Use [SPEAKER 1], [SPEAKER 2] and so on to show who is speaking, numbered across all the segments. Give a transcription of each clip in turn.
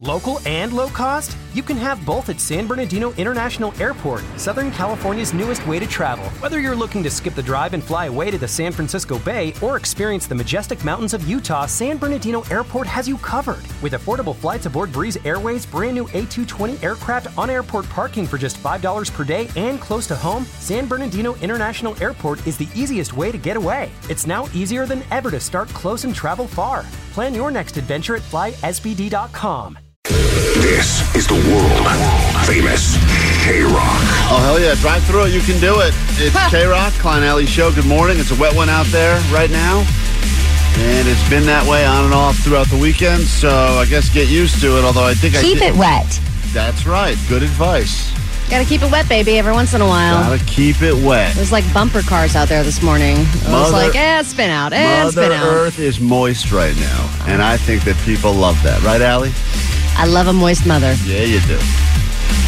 [SPEAKER 1] Local and low cost? You can have both at San Bernardino International Airport, Southern California's newest way to travel. Whether you're looking to skip the drive and fly away to the San Francisco Bay or experience the majestic mountains of Utah, San Bernardino Airport has you covered. With affordable flights aboard Breeze Airways' brand new A220 aircraft on airport parking for just $5 per day and close to home, San Bernardino International Airport is the easiest way to get away. It's now easier than ever to start close and travel far. Plan your next adventure at flysbd.com.
[SPEAKER 2] This is the world famous K Rock.
[SPEAKER 3] Oh, hell yeah. Drive through it. You can do it. It's K Rock, Klein Alley Show. Good morning. It's a wet one out there right now. And it's been that way on and off throughout the weekend. So I guess get used to it. Although I think I
[SPEAKER 4] Keep
[SPEAKER 3] did-
[SPEAKER 4] it wet.
[SPEAKER 3] That's right. Good advice.
[SPEAKER 5] Gotta keep it wet, baby, every once in a
[SPEAKER 4] Oh.
[SPEAKER 5] while.
[SPEAKER 3] Gotta keep it wet.
[SPEAKER 5] There's like bumper cars out there this morning. It was
[SPEAKER 3] Mother-
[SPEAKER 5] like, eh, spin out, eh,
[SPEAKER 3] Mother
[SPEAKER 5] spin out.
[SPEAKER 3] Earth is moist right now, and I think that people love that, right, Allie?
[SPEAKER 5] I love a moist mother.
[SPEAKER 3] Yeah, you do.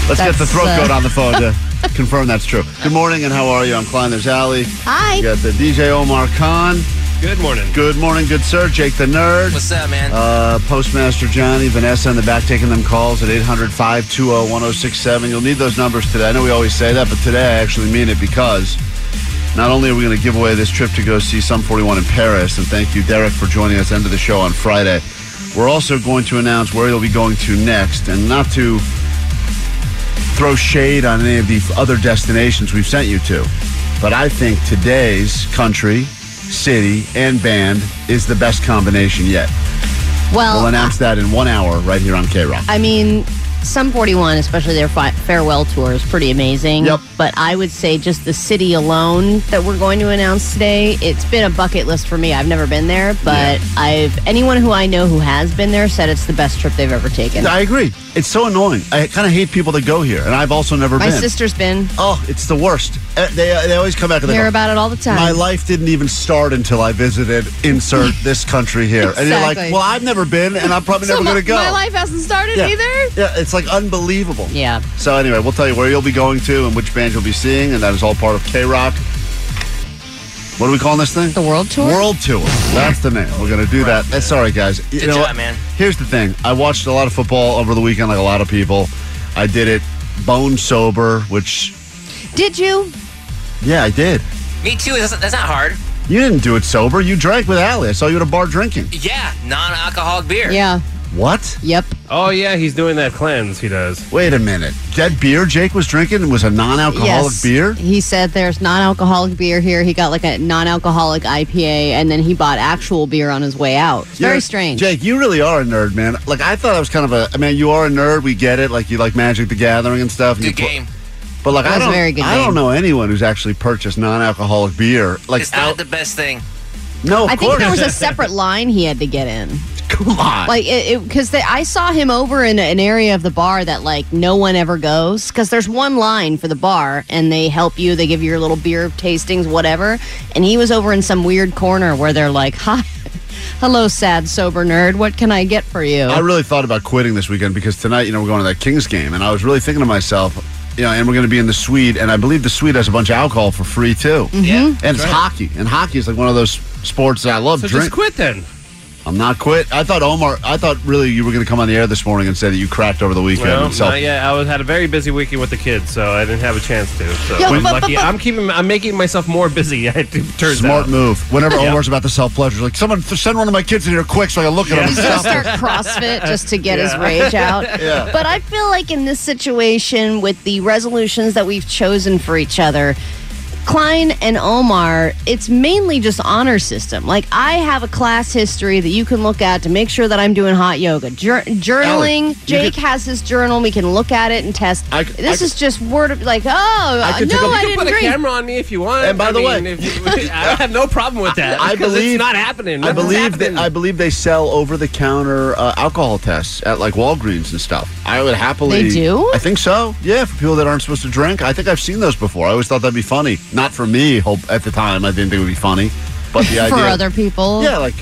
[SPEAKER 3] Let's get the
[SPEAKER 5] That's,
[SPEAKER 3] throat
[SPEAKER 5] uh,
[SPEAKER 3] goat on the phone to confirm that's true. Good morning, and how are you? I'm Klein. There's Allie. We
[SPEAKER 5] Hi.
[SPEAKER 3] got the DJ Omar Khan.
[SPEAKER 6] Good morning.
[SPEAKER 3] Good morning, good sir. Jake the Nerd.
[SPEAKER 7] What's up, man?
[SPEAKER 3] Uh, Postmaster Johnny, Vanessa in the back taking them calls at 800 520 1067. You'll need those numbers today. I know we always say that, but today I actually mean it because not only are we going to give away this trip to go see Sum 41 in Paris, and thank you, Derek, for joining us end of the show on Friday, we're also going to announce where you'll be going to next. And not to throw shade on any of the other destinations we've sent you to, but I think today's country, city, and band is the best combination yet.
[SPEAKER 5] Well, Oh,
[SPEAKER 3] We'll announce that in one hour right here on K Rock.
[SPEAKER 5] I mean, some 41, especially their fi- farewell tour, is pretty amazing.
[SPEAKER 3] Yep.
[SPEAKER 5] But I would say just the city alone that we're going to announce today, it's been a bucket list for me. I've never been there, but I've anyone who I know who has been there said it's the best trip they've ever taken.
[SPEAKER 3] I agree. It's so annoying. I kind of hate people that go here, and I've also never
[SPEAKER 5] My
[SPEAKER 3] been.
[SPEAKER 5] sister's been.
[SPEAKER 3] oh, it's the worst. Uh, They, uh, they always come back and they
[SPEAKER 5] Hear
[SPEAKER 3] go,
[SPEAKER 5] about it all the time.
[SPEAKER 3] My life didn't even start until I visited insert this country here. And you're like,
[SPEAKER 5] Exactly.
[SPEAKER 3] well, I've never been, and I'm probably
[SPEAKER 5] So
[SPEAKER 3] never going
[SPEAKER 5] my-
[SPEAKER 3] to go.
[SPEAKER 5] My life hasn't started
[SPEAKER 3] yeah.
[SPEAKER 5] either.
[SPEAKER 3] Yeah, it's like unbelievable.
[SPEAKER 5] Yeah.
[SPEAKER 3] So anyway, we'll tell you where you'll be going to and which band you'll be seeing, and that is all part of K Rock. What are we calling this thing?
[SPEAKER 5] The world tour?
[SPEAKER 3] World tour. That's the name. We're gonna do that. That's sorry, guys. You
[SPEAKER 7] Good
[SPEAKER 3] know
[SPEAKER 7] job,
[SPEAKER 3] what?
[SPEAKER 7] man.
[SPEAKER 3] Here's the thing. I watched a lot of football over the weekend, like a lot of people. I did it bone sober, which
[SPEAKER 5] Did you?
[SPEAKER 3] yeah, I did.
[SPEAKER 7] Me too. That's, that's not hard.
[SPEAKER 3] You didn't do it sober. You drank with Allie. I saw you at a bar drinking.
[SPEAKER 7] Yeah, non-alcoholic beer.
[SPEAKER 5] Yeah.
[SPEAKER 3] What?
[SPEAKER 5] Yep.
[SPEAKER 6] Oh yeah, he's doing that cleanse. He does.
[SPEAKER 3] Wait a minute. That beer Jake was drinking was a non-alcoholic
[SPEAKER 5] yes.
[SPEAKER 3] beer.
[SPEAKER 5] He said there's non-alcoholic beer here. He got like a non-alcoholic IPA, and then he bought actual beer on his way out. It's
[SPEAKER 3] You're-
[SPEAKER 5] very strange.
[SPEAKER 3] Jake, you really are a nerd, man. Like I thought I was kind of a I mean, you are a nerd, we get it. Like you like Magic the Gathering and stuff. and
[SPEAKER 7] Good
[SPEAKER 3] you pl-
[SPEAKER 7] game.
[SPEAKER 3] But like
[SPEAKER 5] That
[SPEAKER 3] I
[SPEAKER 5] was a
[SPEAKER 3] don't
[SPEAKER 5] very good
[SPEAKER 3] I
[SPEAKER 5] game.
[SPEAKER 3] don't know anyone who's actually purchased non-alcoholic beer. Like
[SPEAKER 7] It's not
[SPEAKER 3] out-
[SPEAKER 7] the best thing.
[SPEAKER 3] No, of
[SPEAKER 5] I think
[SPEAKER 3] course.
[SPEAKER 5] there was a separate line he had to get in,
[SPEAKER 3] Come on.
[SPEAKER 5] like it because I saw him over in an area of the bar that like no one ever goes because there's one line for the bar and they help you, they give you your little beer tastings, whatever. And he was over in some weird corner where they're like, "Hi, hello, sad sober nerd, what can I get for you?"
[SPEAKER 3] I really thought about quitting this weekend because tonight, you know, we're going to that Kings game, and I was really thinking to myself, you know, and we're going to be in the suite, and I believe the suite has a bunch of alcohol for free too,
[SPEAKER 5] Mm-hmm.
[SPEAKER 7] Yeah.
[SPEAKER 3] and it's hockey, and hockey is like one of those sports that I love.
[SPEAKER 6] So
[SPEAKER 3] Drink.
[SPEAKER 6] just quit then.
[SPEAKER 3] I'm not quit. I thought Omar. I thought really you were going to come on the air this morning and say that you cracked over the weekend.
[SPEAKER 6] Well,
[SPEAKER 3] and self-
[SPEAKER 6] not yet. I was had a very busy weekend with the kids, so I didn't have a chance to. So
[SPEAKER 5] Yo,
[SPEAKER 6] I'm
[SPEAKER 5] but-
[SPEAKER 6] lucky.
[SPEAKER 5] but-
[SPEAKER 6] I'm keeping. I'm making myself more busy. It turns
[SPEAKER 3] Smart
[SPEAKER 6] out.
[SPEAKER 3] move. Whenever Omar's about to self pleasure, like someone th- send one of my kids in here quick so I can look at him.
[SPEAKER 5] He's
[SPEAKER 3] and
[SPEAKER 5] gonna
[SPEAKER 3] stop
[SPEAKER 5] start CrossFit just to get his rage out.
[SPEAKER 3] Yeah.
[SPEAKER 5] But I feel like in this situation, with the resolutions that we've chosen for each other, Klein and Omar, it's mainly just honor system. Like I have a class history that you can look at to make sure that I'm doing hot yoga. Jour- journaling,
[SPEAKER 3] Allie, you
[SPEAKER 5] Jake
[SPEAKER 3] could-
[SPEAKER 5] has his journal. We can look at it and test.
[SPEAKER 3] I c- I
[SPEAKER 5] this
[SPEAKER 3] c-
[SPEAKER 5] is just word of like, oh, I
[SPEAKER 3] could
[SPEAKER 5] no,
[SPEAKER 3] take a-
[SPEAKER 5] I
[SPEAKER 3] You
[SPEAKER 6] You can
[SPEAKER 5] didn't
[SPEAKER 6] put a
[SPEAKER 5] drink.
[SPEAKER 6] camera on me if you want.
[SPEAKER 3] And by
[SPEAKER 6] I
[SPEAKER 3] the way-
[SPEAKER 6] mean, if you- I have no problem with that.
[SPEAKER 3] I
[SPEAKER 6] because
[SPEAKER 3] believe-
[SPEAKER 6] it's not happening.
[SPEAKER 3] I
[SPEAKER 6] Nothing's
[SPEAKER 3] believe that
[SPEAKER 6] happening.
[SPEAKER 3] I believe they sell over the counter uh, alcohol tests at like Walgreens and stuff. I would happily.
[SPEAKER 5] They do?
[SPEAKER 3] I think so. Yeah, for people that aren't supposed to drink. I think I've seen those before. I always thought that'd be funny. Not for me. Hope at the time I didn't think it would be funny, but the idea
[SPEAKER 5] for other people.
[SPEAKER 3] Yeah, like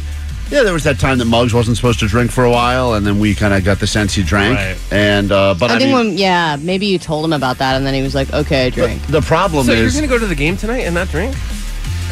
[SPEAKER 3] yeah, there was that time that Muggs wasn't supposed to drink for a while, and then we kind of got the sense he drank.
[SPEAKER 6] Right.
[SPEAKER 3] And uh, but I,
[SPEAKER 5] I, think
[SPEAKER 3] mean,
[SPEAKER 5] when yeah, maybe you told him about that and then he was like, okay, I drink.
[SPEAKER 3] the problem
[SPEAKER 6] So you're
[SPEAKER 3] is,
[SPEAKER 6] gonna go to the game tonight and not drink?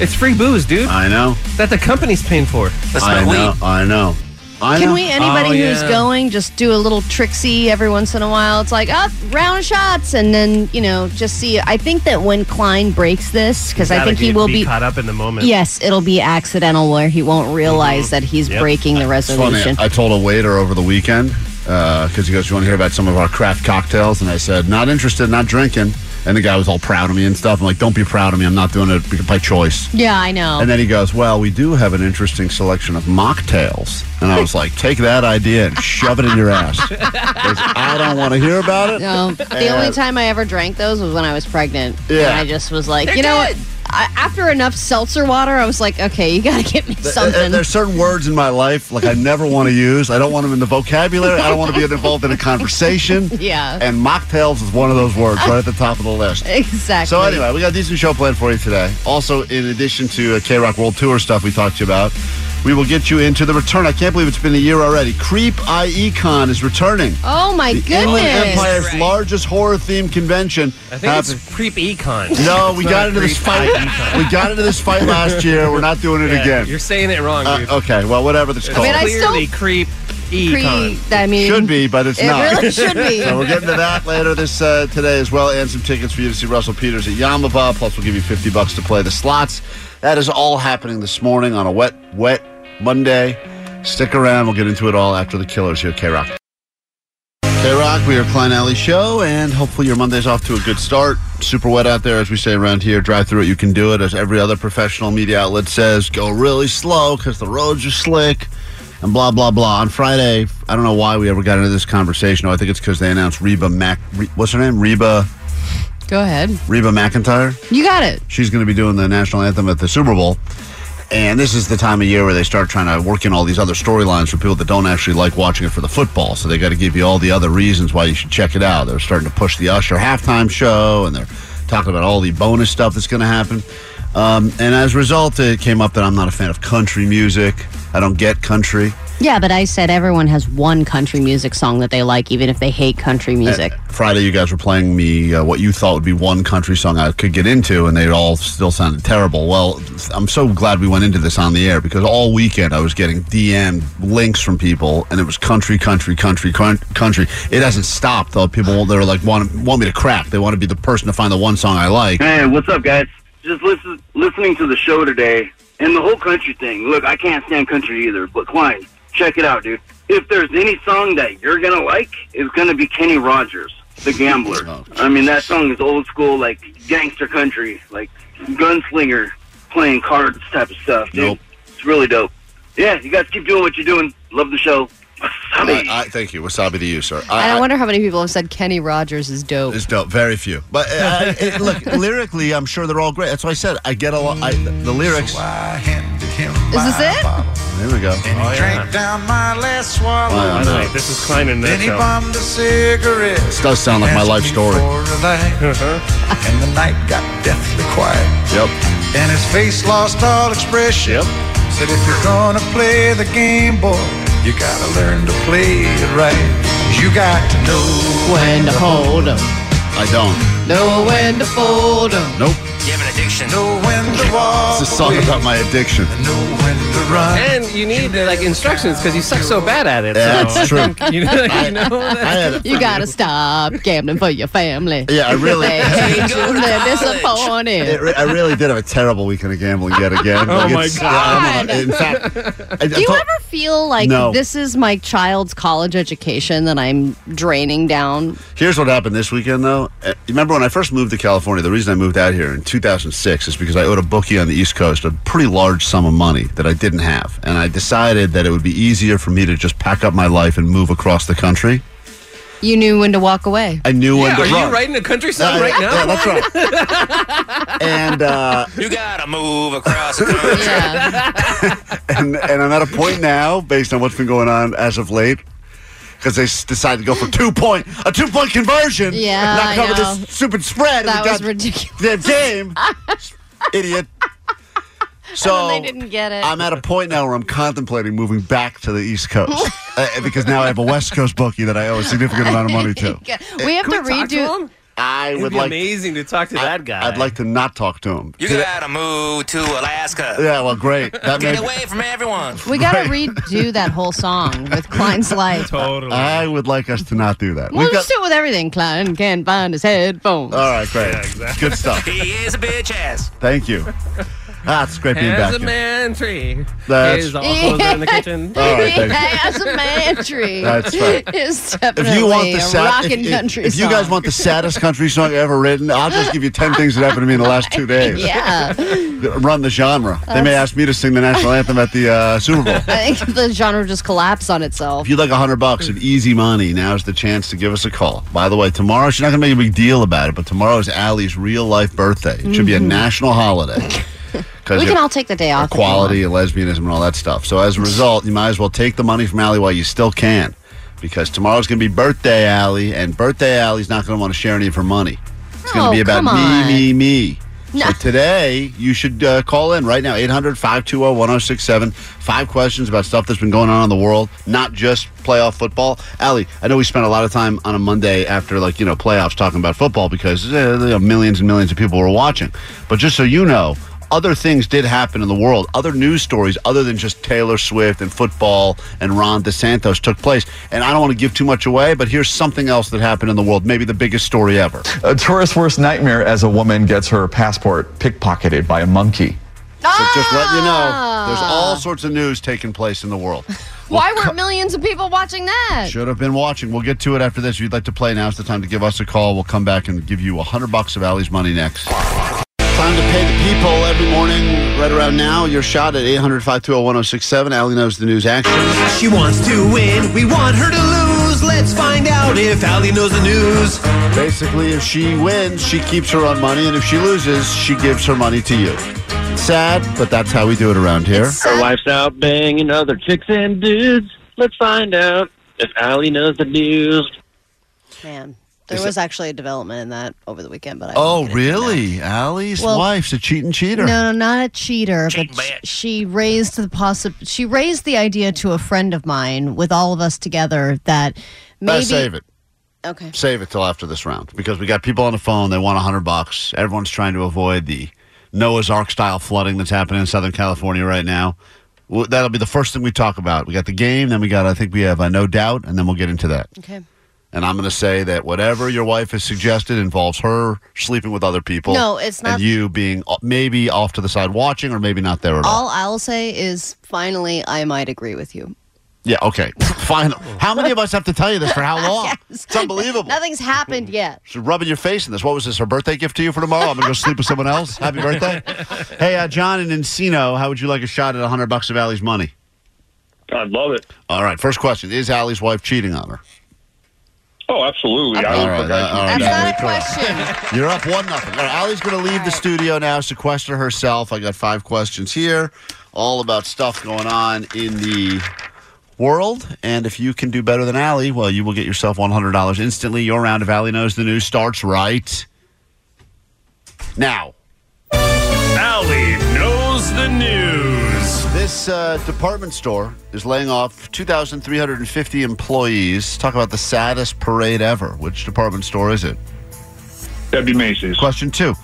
[SPEAKER 6] It's free booze, dude.
[SPEAKER 3] I know,
[SPEAKER 6] that the company's paying for.
[SPEAKER 7] Let's
[SPEAKER 3] I
[SPEAKER 7] smoke
[SPEAKER 3] know,
[SPEAKER 7] weed.
[SPEAKER 3] I know, I know.
[SPEAKER 5] Can we, anybody
[SPEAKER 6] Oh,
[SPEAKER 5] who's
[SPEAKER 6] yeah.
[SPEAKER 5] going, just do a little tricksy every once in a while? It's like, up, round shots, and then, you know, just see. I think that when Klein breaks this, because I
[SPEAKER 6] Gotta
[SPEAKER 5] think he
[SPEAKER 6] get-
[SPEAKER 5] will be.
[SPEAKER 6] caught up in the moment.
[SPEAKER 5] Yes, it'll be accidental where he won't realize that he's
[SPEAKER 6] Yep.
[SPEAKER 5] breaking the
[SPEAKER 3] It's Mm-hmm. funny.
[SPEAKER 5] resolution.
[SPEAKER 3] I told a waiter over the weekend because he goes, "You want to hear about some of our craft cocktails?" And I said, "Not interested. Not drinking." And the guy was all proud of me and stuff. I'm like, "Don't be proud of me. I'm not doing it by choice."
[SPEAKER 5] yeah, I know.
[SPEAKER 3] And then he goes, "Well, we do have an interesting selection of mocktails." And I was like, "Take that idea and shove it in your ass." 'Cause I don't want to hear about it.
[SPEAKER 5] No, Um, the only
[SPEAKER 3] And-
[SPEAKER 5] time I ever drank those was when I was pregnant.
[SPEAKER 3] Yeah.
[SPEAKER 5] And I just was like, you know what? I, after enough seltzer water, I was like, okay, you got to get me
[SPEAKER 3] And-
[SPEAKER 5] something.
[SPEAKER 3] And uh, there's certain words in my life like I never want to use. I don't want them in the vocabulary. I don't want to be involved in a conversation.
[SPEAKER 5] Yeah.
[SPEAKER 3] And mocktails is one of those words right at the top of the list.
[SPEAKER 5] exactly.
[SPEAKER 3] So anyway, we got a decent show planned for you today. Also, in addition to uh, K Rock World Tour stuff we talked to you about, we will get you into the return. I can't believe it's been a year already. Creep IECon is returning.
[SPEAKER 5] Oh my
[SPEAKER 3] the
[SPEAKER 5] goodness.
[SPEAKER 3] Inland Empire's
[SPEAKER 7] Right.
[SPEAKER 3] largest horror themed convention.
[SPEAKER 6] I think
[SPEAKER 3] happen-
[SPEAKER 6] it's creep econ.
[SPEAKER 3] no,
[SPEAKER 6] It's
[SPEAKER 3] we
[SPEAKER 6] not
[SPEAKER 3] got
[SPEAKER 6] a
[SPEAKER 3] into this
[SPEAKER 6] creep
[SPEAKER 3] fight.
[SPEAKER 6] econ.
[SPEAKER 3] we got into this fight last year. We're not doing it
[SPEAKER 6] Yeah,
[SPEAKER 3] again.
[SPEAKER 6] You're saying it wrong,
[SPEAKER 3] Uh,
[SPEAKER 6] dude.
[SPEAKER 3] okay, well, whatever that's
[SPEAKER 6] It's
[SPEAKER 3] called.
[SPEAKER 5] mean, I still-
[SPEAKER 6] clearly creep
[SPEAKER 8] e
[SPEAKER 6] econ.
[SPEAKER 5] Pre- I mean,
[SPEAKER 3] should be, but it's
[SPEAKER 5] It
[SPEAKER 3] not.
[SPEAKER 5] really should be.
[SPEAKER 3] So we're getting to that later this uh, today as well, and some tickets for you to see Russell Peters at Yamaba. Plus, we'll give you fifty bucks to play the slots. That is all happening this morning on a wet, wet Monday. Stick around. We'll get into it all after the Killers here, K Rock. K Rock, we are Klein Alley Show, and hopefully your Monday's off to a good start. Super wet out there, as we say around here. Drive through it, you can do it. As every other professional media outlet says, go really slow because the roads are slick and blah, blah, blah. On Friday, I don't know why we ever got into this conversation. Oh, I think it's because they announced Reba Mac. Re- what's her name? Reba,
[SPEAKER 5] Go ahead.
[SPEAKER 3] Reba McIntyre
[SPEAKER 5] You got it.
[SPEAKER 3] she's going to be doing the national anthem at the Super Bowl. And this is the time of year where they start trying to work in all these other storylines for people that don't actually like watching it for the football. So they got to give you all the other reasons why you should check it out. They're starting to push the Usher halftime show, and they're talking about all the bonus stuff that's going to happen. Um, and as a result, it came up that I'm not a fan of country music. I don't get country.
[SPEAKER 5] Yeah, but I said everyone has one country music song that they like, even if they hate country music.
[SPEAKER 3] Friday, you guys were playing me uh, what you thought would be one country song I could get into, and they all still sounded terrible. Well, I'm so glad we went into this on the air because all weekend I was getting DM links from people, and it was country, country, country, coun- country. It hasn't stopped though. People they're like want want me to crack. They want to be the person to find the one song I like.
[SPEAKER 4] Man, what's up, guys? Just listen, listening to the show today and the whole country thing. Look, I can't stand country either, but Klein, check it out, dude. If there's any song that you're gonna like, it's gonna be Kenny Rogers, The Gambler.
[SPEAKER 3] Oh.
[SPEAKER 4] I mean, that song is old school, like gangster country, like gunslinger playing cards type of stuff, dude.
[SPEAKER 3] Nope.
[SPEAKER 4] It's really dope. Yeah, you guys keep doing what you're doing. Love the show.
[SPEAKER 3] I, I, thank you, wasabi to you, sir.
[SPEAKER 5] And I wonder how many people have said Kenny Rogers is dope.
[SPEAKER 3] uh, It's dope. Very few. But uh, I- I- look, lyrically, I'm sure they're all great. That's why I said I get a lot. I, the lyrics.
[SPEAKER 5] Is this it?
[SPEAKER 3] There we go.
[SPEAKER 9] And he drank down my last swallow.
[SPEAKER 3] Oh, Wow.
[SPEAKER 6] By the way, this is Klein and
[SPEAKER 9] Then he
[SPEAKER 6] Nutshell.
[SPEAKER 9] bombed a cigarette.
[SPEAKER 3] This does sound like my
[SPEAKER 9] asked
[SPEAKER 3] life
[SPEAKER 9] me
[SPEAKER 3] story.
[SPEAKER 9] for a light,
[SPEAKER 6] Uh-huh.
[SPEAKER 9] and the night got deathly quiet.
[SPEAKER 3] Yep.
[SPEAKER 9] And his face lost all expression.
[SPEAKER 3] Yep.
[SPEAKER 9] Said, if you're gonna play the game, boy, you gotta learn to play it right. You got to know
[SPEAKER 5] When to hold 'em,
[SPEAKER 3] I don't.
[SPEAKER 5] know when to fold 'em.
[SPEAKER 3] Nope.
[SPEAKER 7] You have an addiction.
[SPEAKER 9] know when to walk
[SPEAKER 3] It's a song
[SPEAKER 9] away,
[SPEAKER 3] about my addiction.
[SPEAKER 9] know when to run.
[SPEAKER 6] And you need uh, like instructions because you suck so bad at it.
[SPEAKER 3] Yeah,
[SPEAKER 6] so.
[SPEAKER 3] that's true.
[SPEAKER 6] You know, you know
[SPEAKER 3] I
[SPEAKER 6] that-
[SPEAKER 3] had,
[SPEAKER 5] You gotta stop gambling for your family.
[SPEAKER 3] yeah, I really,
[SPEAKER 5] They hate you, they're disappointed.
[SPEAKER 3] it re- I really did have a terrible weekend of gambling yet again.
[SPEAKER 6] Oh, my
[SPEAKER 3] it's- yeah, I'm
[SPEAKER 5] God.
[SPEAKER 3] on a- in fact, I,
[SPEAKER 5] Do you ever feel like
[SPEAKER 3] No.
[SPEAKER 5] this is my child's college education that I'm draining down?
[SPEAKER 3] Here's what happened this weekend, though. Uh, you Remember when I first moved to California? The reason I moved out here in 2006 is because I owed a bookie on the East Coast a pretty large sum of money that I didn't have. And I decided that it would be easier for me to just pack up my life and move across the country.
[SPEAKER 5] You knew when to walk away.
[SPEAKER 3] I knew when
[SPEAKER 7] Yeah,
[SPEAKER 3] to
[SPEAKER 7] are
[SPEAKER 3] run.
[SPEAKER 7] you writing a country song
[SPEAKER 3] Yeah,
[SPEAKER 7] right now?
[SPEAKER 3] yeah, that's right. and uh,
[SPEAKER 7] You gotta move across the country.
[SPEAKER 5] Yeah.
[SPEAKER 3] and and I'm at a point now, based on what's been going on as of late, because they s- decided to go for two point a two point conversion.
[SPEAKER 5] Yeah,
[SPEAKER 3] and
[SPEAKER 5] I
[SPEAKER 3] not cover
[SPEAKER 5] know.
[SPEAKER 3] this stupid spread.
[SPEAKER 5] That
[SPEAKER 3] of the
[SPEAKER 5] was
[SPEAKER 3] god-
[SPEAKER 5] ridiculous.
[SPEAKER 3] Their game, idiot. So
[SPEAKER 5] then they didn't get it.
[SPEAKER 3] I'm at a point now where I'm contemplating moving back to the East Coast uh, because now I have a West Coast bookie that I owe a significant amount of money to.
[SPEAKER 5] we have to
[SPEAKER 6] Can we talk to
[SPEAKER 5] redo.
[SPEAKER 6] him?
[SPEAKER 3] I
[SPEAKER 6] It'd
[SPEAKER 3] would
[SPEAKER 6] be
[SPEAKER 3] like.
[SPEAKER 6] amazing to talk to that guy.
[SPEAKER 3] I'd like to not talk to him.
[SPEAKER 7] You gotta move to Alaska.
[SPEAKER 3] Yeah, well, great. That
[SPEAKER 7] Get
[SPEAKER 3] may
[SPEAKER 7] away from everyone.
[SPEAKER 5] We got to redo that whole song with Klein's life.
[SPEAKER 8] uh,
[SPEAKER 6] totally.
[SPEAKER 3] I would like us to not do that.
[SPEAKER 5] We'll
[SPEAKER 3] We've got-
[SPEAKER 5] just do it with everything. Klein can't find his headphones.
[SPEAKER 3] All right, great. Good stuff.
[SPEAKER 7] He is a bitch ass.
[SPEAKER 3] Thank you. Ah, it's great being
[SPEAKER 6] As
[SPEAKER 3] back.
[SPEAKER 6] a
[SPEAKER 3] here.
[SPEAKER 6] man tree.
[SPEAKER 3] That's-
[SPEAKER 6] His uncles are in the kitchen.
[SPEAKER 3] All right,
[SPEAKER 5] He
[SPEAKER 3] thank you.
[SPEAKER 5] has a mantry.
[SPEAKER 3] That's right.
[SPEAKER 5] It's
[SPEAKER 3] If
[SPEAKER 5] definitely
[SPEAKER 3] you want the
[SPEAKER 5] a
[SPEAKER 3] sad, if,
[SPEAKER 5] rockin'
[SPEAKER 3] if-
[SPEAKER 5] country
[SPEAKER 3] if you guys
[SPEAKER 5] song.
[SPEAKER 3] want the saddest country song ever written, I'll just give you ten things that happened to me in the last two days.
[SPEAKER 5] yeah,
[SPEAKER 3] Run the genre. They may ask me to sing the national anthem at the uh, Super Bowl.
[SPEAKER 5] I think the genre just collapsed on itself.
[SPEAKER 3] If you'd like a hundred bucks of easy money, now's the chance to give us a call. By the way, tomorrow she's not going to make a big deal about it, but tomorrow is Allie's real life birthday. It should be a national holiday. 'Cause
[SPEAKER 5] Mm-hmm. we can
[SPEAKER 3] it-
[SPEAKER 5] all take the day off. if we
[SPEAKER 3] equality and lesbianism and all that stuff. So as a result, you might as well take the money from Allie while you still can, because tomorrow's going to be birthday Allie, and birthday Allie's not going to want to share any of her money. It's going
[SPEAKER 5] Oh,
[SPEAKER 3] to be about
[SPEAKER 5] come on.
[SPEAKER 3] me, me, me.
[SPEAKER 5] No.
[SPEAKER 3] So today, you should uh, call in right now, 800-520-1067. Five questions about stuff that's been going on in the world, not just playoff football. Allie, I know we spent a lot of time on a Monday after, like, you know, playoffs talking about football because uh, you know, millions and millions of people were watching. But just so you know, other things did happen in the world. Other news stories, other than just Taylor Swift and football and Ron DeSantos, took place. And I don't want to give too much away, but here's something else that happened in the world. Maybe the biggest story ever.
[SPEAKER 10] A tourist's worst nightmare as a woman gets her passport pickpocketed by a monkey.
[SPEAKER 3] So just letting you know, there's
[SPEAKER 5] Ah.
[SPEAKER 3] all sorts of news taking place in the world.
[SPEAKER 5] Why were millions of people watching that?
[SPEAKER 3] Should have been watching. We'll get to it after this. If you'd like to play, now's the time to give us a call. We'll come back and give you a hundred bucks of Allie's money next. Time to pay the people every morning, right around now. Your shot at 800 520 1067. Allie knows the news action.
[SPEAKER 8] She wants to win. We want her to lose. Let's find out if Allie knows the news.
[SPEAKER 3] Basically, if she wins, she keeps her own money, and if she loses, she gives her money to you. Sad, but that's how we do it around here.
[SPEAKER 4] Her wife's out banging other chicks and dudes. Let's find out if Allie knows the news.
[SPEAKER 5] Man, there was actually a development in that over the weekend, but I
[SPEAKER 3] Oh,
[SPEAKER 5] won't get into that.
[SPEAKER 3] really? Allie's
[SPEAKER 5] Well-
[SPEAKER 3] wife's a cheating cheater.
[SPEAKER 5] No, no, not a cheater,
[SPEAKER 7] Cheat
[SPEAKER 5] but sh-
[SPEAKER 7] bitch.
[SPEAKER 5] she raised the possi- she raised the idea to a friend of mine with all of us together that
[SPEAKER 3] Better
[SPEAKER 5] maybe
[SPEAKER 3] save it.
[SPEAKER 5] okay.
[SPEAKER 3] Save it till after this round because we got people on the phone. They want a hundred bucks. Everyone's trying to avoid the Noah's Ark style flooding that's happening in Southern California right now. Well, That'll be the first thing we talk about. We got the game, then we got I think we have uh, no doubt, and then we'll get into that.
[SPEAKER 5] Okay.
[SPEAKER 3] And I'm going to say that whatever your wife has suggested involves her sleeping with other people.
[SPEAKER 5] No, it's not-
[SPEAKER 3] And you being o- maybe off to the side watching or maybe not there at all.
[SPEAKER 5] All I'll say is finally I might agree with you.
[SPEAKER 3] Yeah, okay. Fine. How many of us have to tell you this for how long? It's unbelievable.
[SPEAKER 5] Nothing's happened yet.
[SPEAKER 3] She's rubbing your face in this. What was this, her birthday gift to you for tomorrow? I'm going to go sleep with someone else. Happy birthday. Hey, uh, John in Encino, how would you like a shot at 100 bucks of Allie's money?
[SPEAKER 4] I'd love it.
[SPEAKER 3] All right, first question Is Allie's wife cheating on her?
[SPEAKER 4] Oh, absolutely.
[SPEAKER 5] Okay.
[SPEAKER 4] I
[SPEAKER 3] All
[SPEAKER 4] would
[SPEAKER 3] right,
[SPEAKER 4] forget
[SPEAKER 3] uh,
[SPEAKER 4] you.
[SPEAKER 3] all right.
[SPEAKER 5] That's
[SPEAKER 3] Yeah,
[SPEAKER 5] not
[SPEAKER 3] we
[SPEAKER 5] a
[SPEAKER 3] try.
[SPEAKER 5] question.
[SPEAKER 3] You're up one nothing. All right, Allie's going to leave the studio now, sequester herself. I got five questions here, all about stuff going on in the world. And if you can do better than Allie, well, you will get yourself $100 instantly. Your round of Allie knows the news starts right now.
[SPEAKER 6] Allie knows the news.
[SPEAKER 3] This uh, department store is laying off 2,350 employees. Talk about the saddest parade ever. Which department store is it?
[SPEAKER 8] Debbie Macy's.
[SPEAKER 3] Question two.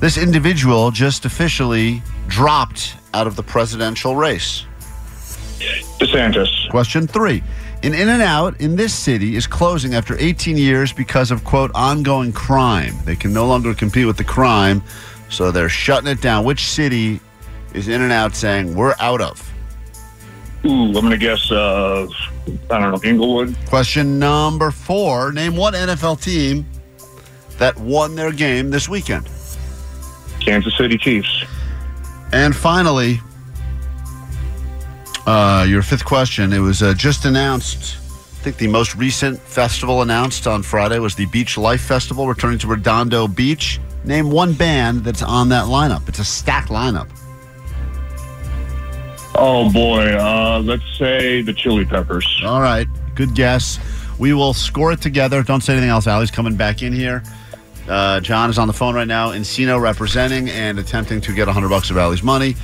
[SPEAKER 3] This individual just officially dropped out of the presidential race.
[SPEAKER 8] DeSantis.
[SPEAKER 3] Question three. An In and Out in this city is closing after 18 years because of, quote, ongoing crime. They can no longer compete with the crime, so they're shutting it down. Which city is In and Out saying, we're out of?
[SPEAKER 8] Ooh, I'm going to guess, uh, I don't know, Inglewood.
[SPEAKER 3] Question number four Name one NFL team that won their game this weekend.
[SPEAKER 11] Kansas City Chiefs.
[SPEAKER 3] And finally, uh, your fifth question. It was uh, just announced. I think the most recent festival announced on Friday was the Beach Life Festival, returning to Redondo Beach. Name one band that's on that lineup. It's a stacked lineup.
[SPEAKER 11] Oh boy, uh, let's say the Chili Peppers.
[SPEAKER 3] All right, good guess. We will score it together. Don't say anything else. Allie's coming back in here. Uh, John is on the phone right now. Encino representing and attempting to get 100 bucks of Allie's money.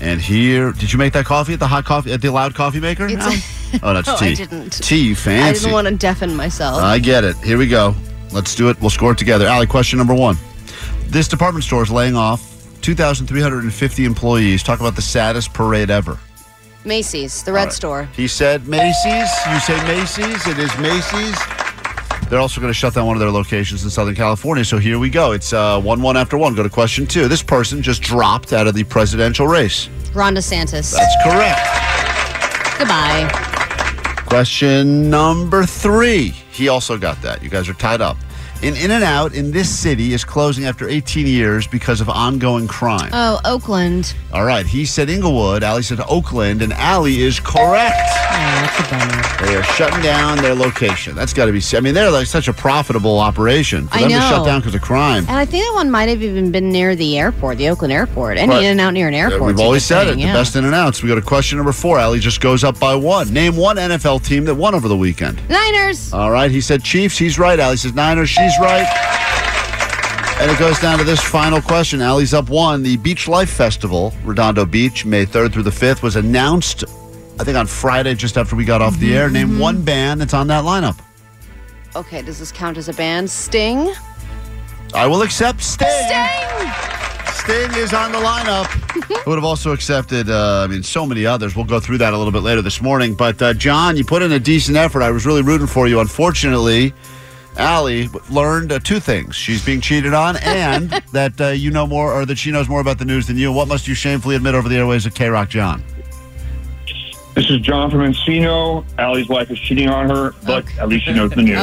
[SPEAKER 3] And here, did you make that coffee at the hot coffee at the loud coffee maker?
[SPEAKER 5] It's-
[SPEAKER 3] no? oh, that's
[SPEAKER 5] No, I
[SPEAKER 3] tea.
[SPEAKER 5] didn't.
[SPEAKER 3] Tea, fancy.
[SPEAKER 5] I didn't want to deafen myself.
[SPEAKER 3] I get it. Here we go. Let's do it. We'll score it together. Allie, question number one. This department store is laying off 2,350 employees. Talk about the saddest parade ever.
[SPEAKER 5] Macy's, the red store.
[SPEAKER 3] He said Macy's. You say Macy's. It is Macy's. They're also going to shut down one of their locations in Southern California. So here we go. It's uh, 1 1 after 1. Go to question two. This person just dropped out of the presidential race.
[SPEAKER 5] Ron DeSantis.
[SPEAKER 3] That's correct.
[SPEAKER 5] Goodbye.
[SPEAKER 3] Question number three. He also got that. You guys are tied up. An In and Out in this city is closing after 18 years because of ongoing crime.
[SPEAKER 5] Oh, Oakland.
[SPEAKER 3] All right. He said Inglewood. Allie said Oakland. And Allie is correct.
[SPEAKER 5] Oh,
[SPEAKER 3] They are shutting down their location. That's got to be. I mean, they're like such a profitable operation for
[SPEAKER 5] I
[SPEAKER 3] them to shut
[SPEAKER 5] know.
[SPEAKER 3] down because of crime.
[SPEAKER 5] And I think that one might have even been near the airport, the Oakland airport. Any
[SPEAKER 3] Right.
[SPEAKER 5] in and out near an
[SPEAKER 3] Yeah,
[SPEAKER 5] airport.
[SPEAKER 3] We've always said it. The best in and outs. We go to question number four. Allie just goes up by one. Name one NFL team that won over the weekend.
[SPEAKER 5] Niners.
[SPEAKER 3] All right, he said Chiefs. He's right. Allie says Niners. She's right. And it goes down to this final question. Allie's up one. The Beach Life Festival, Redondo Beach, May 3rd through the 5th, was announced, I think, on Friday just after we got off the air. Name one band that's on that lineup.
[SPEAKER 5] Okay, does this count as a band? Sting.
[SPEAKER 3] I will accept Sting.
[SPEAKER 5] Sting.
[SPEAKER 3] Sting is on the lineup. I would have also accepted, uh, I mean, so many others. We'll go through that a little bit later this morning. But, uh, John, you put in a decent effort. I was really rooting for you. Unfortunately, Allie learned uh, two things she's being cheated on, and that uh, you know more, or that she knows more about the news than you. What must you shamefully admit over the airways of K Rock John?
[SPEAKER 11] This is John from Encino. Allie's wife is cheating on her, but at least she knows the news.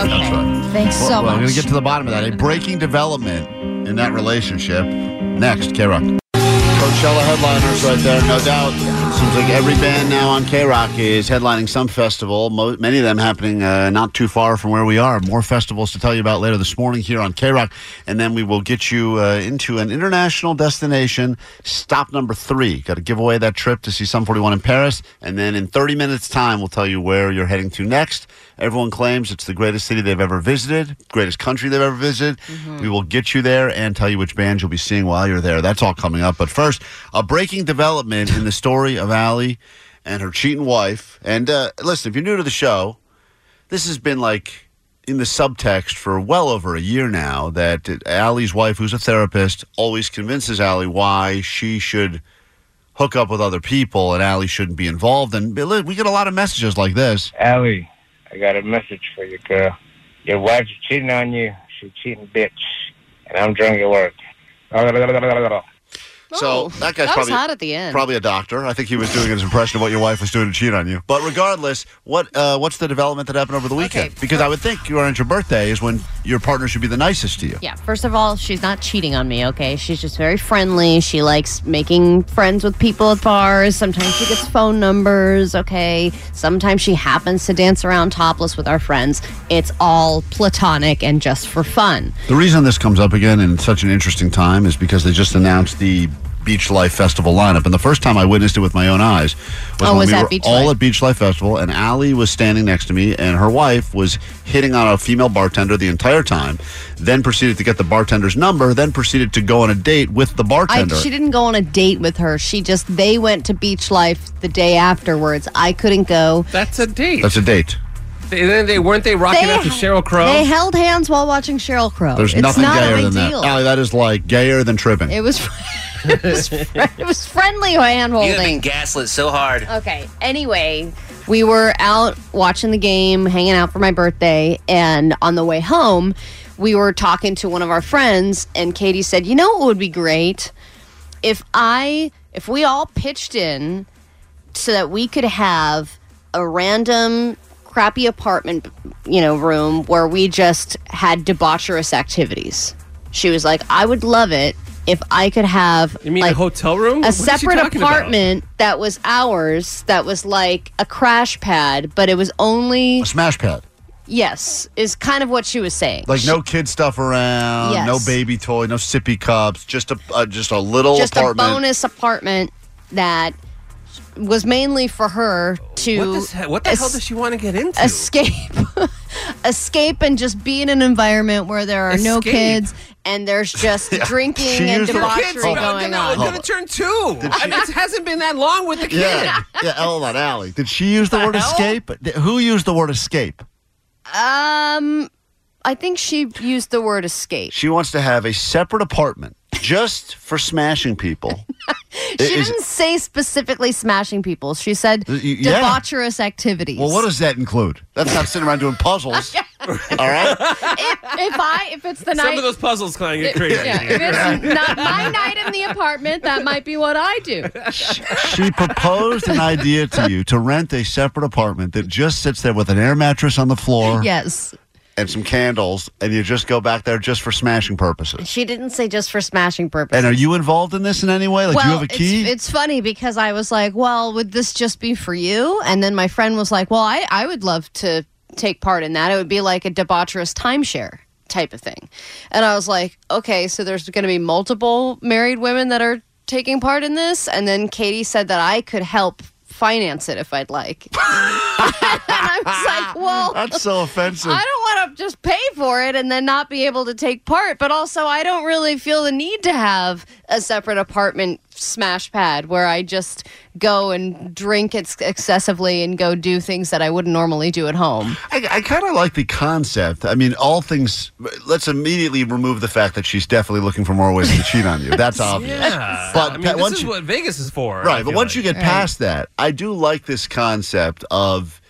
[SPEAKER 5] Thanks
[SPEAKER 3] Well, well, We're going to get to the bottom of that. A breaking development in that relationship. Next, K Rock. Coachella headliners right there, no doubt. Seems like every band now on K Rock is headlining some festival, mo- many of them happening uh, not too far from where we are. More festivals to tell you about later this morning here on K Rock. And then we will get you uh, into an international destination, stop number three. Got to give away that trip to see Sum 41 in Paris. And then in 30 minutes' time, we'll tell you where you're heading to next. Everyone claims it's the greatest city they've ever visited, greatest country they've ever visited. We will get you there and tell you which bands you'll be seeing while you're there. That's all coming up. But first, a breaking development in the story of Allie and her cheating wife. And uh, listen, if you're new to the show, this has been like in the subtext for well over a year now that Allie's wife, who's a therapist, always convinces Allie why she should hook up with other people and Allie shouldn't be involved. And but look, we get a lot of messages like this.
[SPEAKER 12] Allie, I got a message for you, girl. Your wife's cheating on you. She's a cheating bitch. And I'm drunk at work.
[SPEAKER 3] So that
[SPEAKER 5] that
[SPEAKER 3] guy's
[SPEAKER 5] was
[SPEAKER 3] probably
[SPEAKER 5] hot at the end.
[SPEAKER 3] Probably a doctor. I think he was doing his impression of what your wife was doing to cheat on you. But regardless, what uh, what's the development that happened over the weekend? because I would think your your birthday is when your partner should be the nicest to you.
[SPEAKER 5] Yeah, first of all, she's not cheating on me, okay? She's just very friendly. She likes making friends with people at bars. Sometimes she gets phone numbers, okay? Sometimes she happens to dance around topless with our friends. It's all platonic and just for fun.
[SPEAKER 3] The reason this comes up again in such an interesting time is because they just announced the Beach Life Festival lineup. And the first time I witnessed it with my own eyes was
[SPEAKER 5] Oh,
[SPEAKER 3] when
[SPEAKER 5] was
[SPEAKER 3] we
[SPEAKER 5] that
[SPEAKER 3] were
[SPEAKER 5] Beach
[SPEAKER 3] all
[SPEAKER 5] Life?
[SPEAKER 3] at Beach Life Festival, and Allie was standing next to me, and her wife was hitting on a female bartender the entire time, then proceeded to get the bartender's number, then proceeded to go on a date with the
[SPEAKER 5] I,
[SPEAKER 3] bartender.
[SPEAKER 5] she didn't go on a date with her. She just, they went to beach life the day afterwards. I couldn't go.
[SPEAKER 6] That's a date.
[SPEAKER 3] That's a date.
[SPEAKER 6] They, then they weren't they rocking
[SPEAKER 5] They-
[SPEAKER 6] out to Cheryl Crow.
[SPEAKER 5] They held hands while watching Cheryl Crow.
[SPEAKER 3] There's
[SPEAKER 5] it's
[SPEAKER 3] nothing
[SPEAKER 5] not a
[SPEAKER 3] gayer
[SPEAKER 5] big
[SPEAKER 3] than
[SPEAKER 5] deal.
[SPEAKER 3] that. Oh, Allie, that is like gayer than tripping.
[SPEAKER 5] It was, it was, it was friendly hand
[SPEAKER 7] You have
[SPEAKER 5] holding.
[SPEAKER 7] been gaslit so hard.
[SPEAKER 5] Oh, Okay. Anyway, we were out watching the game, hanging out for my birthday, and on the way home, we were talking to one of our friends, and Katie said, "You know what would be great if I if we all pitched in so that we could have a random crappy apartment, you know, room where we just had debaucherous activities." She was like, "I would love it." if I could have
[SPEAKER 6] You mean a hotel room?
[SPEAKER 5] a
[SPEAKER 6] What is she
[SPEAKER 5] separate
[SPEAKER 6] talking about?
[SPEAKER 5] apartment that was ours, that was like a crash pad, but it was only
[SPEAKER 3] A smash pad.
[SPEAKER 5] yes, is kind of what she was saying.
[SPEAKER 3] Like no kid stuff around,
[SPEAKER 5] Yes.
[SPEAKER 3] no baby toy, no sippy cups, just a uh, just a little
[SPEAKER 5] just
[SPEAKER 3] apartment.
[SPEAKER 5] a bonus apartment that was mainly for her to
[SPEAKER 6] What, this, what the hell does she want to get into?
[SPEAKER 5] escape escape and just be in an environment where there are no
[SPEAKER 6] Escape.
[SPEAKER 5] kids and there's just
[SPEAKER 6] Yeah.
[SPEAKER 5] drinking
[SPEAKER 6] She
[SPEAKER 5] and
[SPEAKER 6] used the- Your
[SPEAKER 5] debauchery
[SPEAKER 6] kids are gonna-
[SPEAKER 5] going
[SPEAKER 6] no,
[SPEAKER 5] on.
[SPEAKER 6] it's gonna turn two. I mean, it hasn't been that long with the kid.
[SPEAKER 3] Yeah, yeah. Hold on, Allie. Did she use the,
[SPEAKER 6] The
[SPEAKER 3] word
[SPEAKER 6] hell?
[SPEAKER 3] escape? Th- Who used the word escape?
[SPEAKER 5] Um, I think she used the word escape.
[SPEAKER 3] She wants to have a separate apartment just for smashing people.
[SPEAKER 5] She
[SPEAKER 3] It is-
[SPEAKER 5] didn't say specifically smashing people. She said
[SPEAKER 3] Y- y- yeah.
[SPEAKER 5] debaucherous activities.
[SPEAKER 3] well, what does that include? That's not sitting around doing puzzles. All right.
[SPEAKER 5] if, if I if it's the
[SPEAKER 6] Some
[SPEAKER 13] night
[SPEAKER 6] of those puzzles kind of get crazy.
[SPEAKER 13] Yeah,
[SPEAKER 3] Uh,
[SPEAKER 13] if it's not my night in the apartment, that might be what I do.
[SPEAKER 3] She proposed an idea to you to rent a separate apartment that just sits there with an air mattress on the floor
[SPEAKER 5] yes.
[SPEAKER 3] and some candles, and you just go back there just for smashing purposes.
[SPEAKER 5] She didn't say just for smashing purposes.
[SPEAKER 3] And are you involved in this in any way? Like,
[SPEAKER 5] well,
[SPEAKER 3] do you have a key?
[SPEAKER 5] It's, it's funny because I was like, well, would this just be for you? And then my friend was like, well, I, I would love to take part in that. It would be like a debaucherous timeshare type of thing. And I was like, okay, so there's going to be multiple married women that are taking part in this. And then Katie said that I could help finance it if I'd like. and I was like, well,
[SPEAKER 3] That's so offensive.
[SPEAKER 5] I don't want to just pay for it and then not be able to take part, but also I don't really feel the need to have a separate apartment smash pad where I just go and drink ex- excessively and go do things that I wouldn't normally do at home.
[SPEAKER 3] I, I kind of like the concept. I mean, all things. Let's immediately remove the fact that she's definitely looking for more ways to cheat on you. That's obvious.
[SPEAKER 6] Yeah.
[SPEAKER 3] But
[SPEAKER 6] I mean,
[SPEAKER 3] Pat,
[SPEAKER 6] this
[SPEAKER 3] once
[SPEAKER 6] is
[SPEAKER 3] you-
[SPEAKER 6] what Vegas is for. I
[SPEAKER 3] Right, but
[SPEAKER 6] feel
[SPEAKER 3] once
[SPEAKER 6] like.
[SPEAKER 3] you get past that, I do like this concept of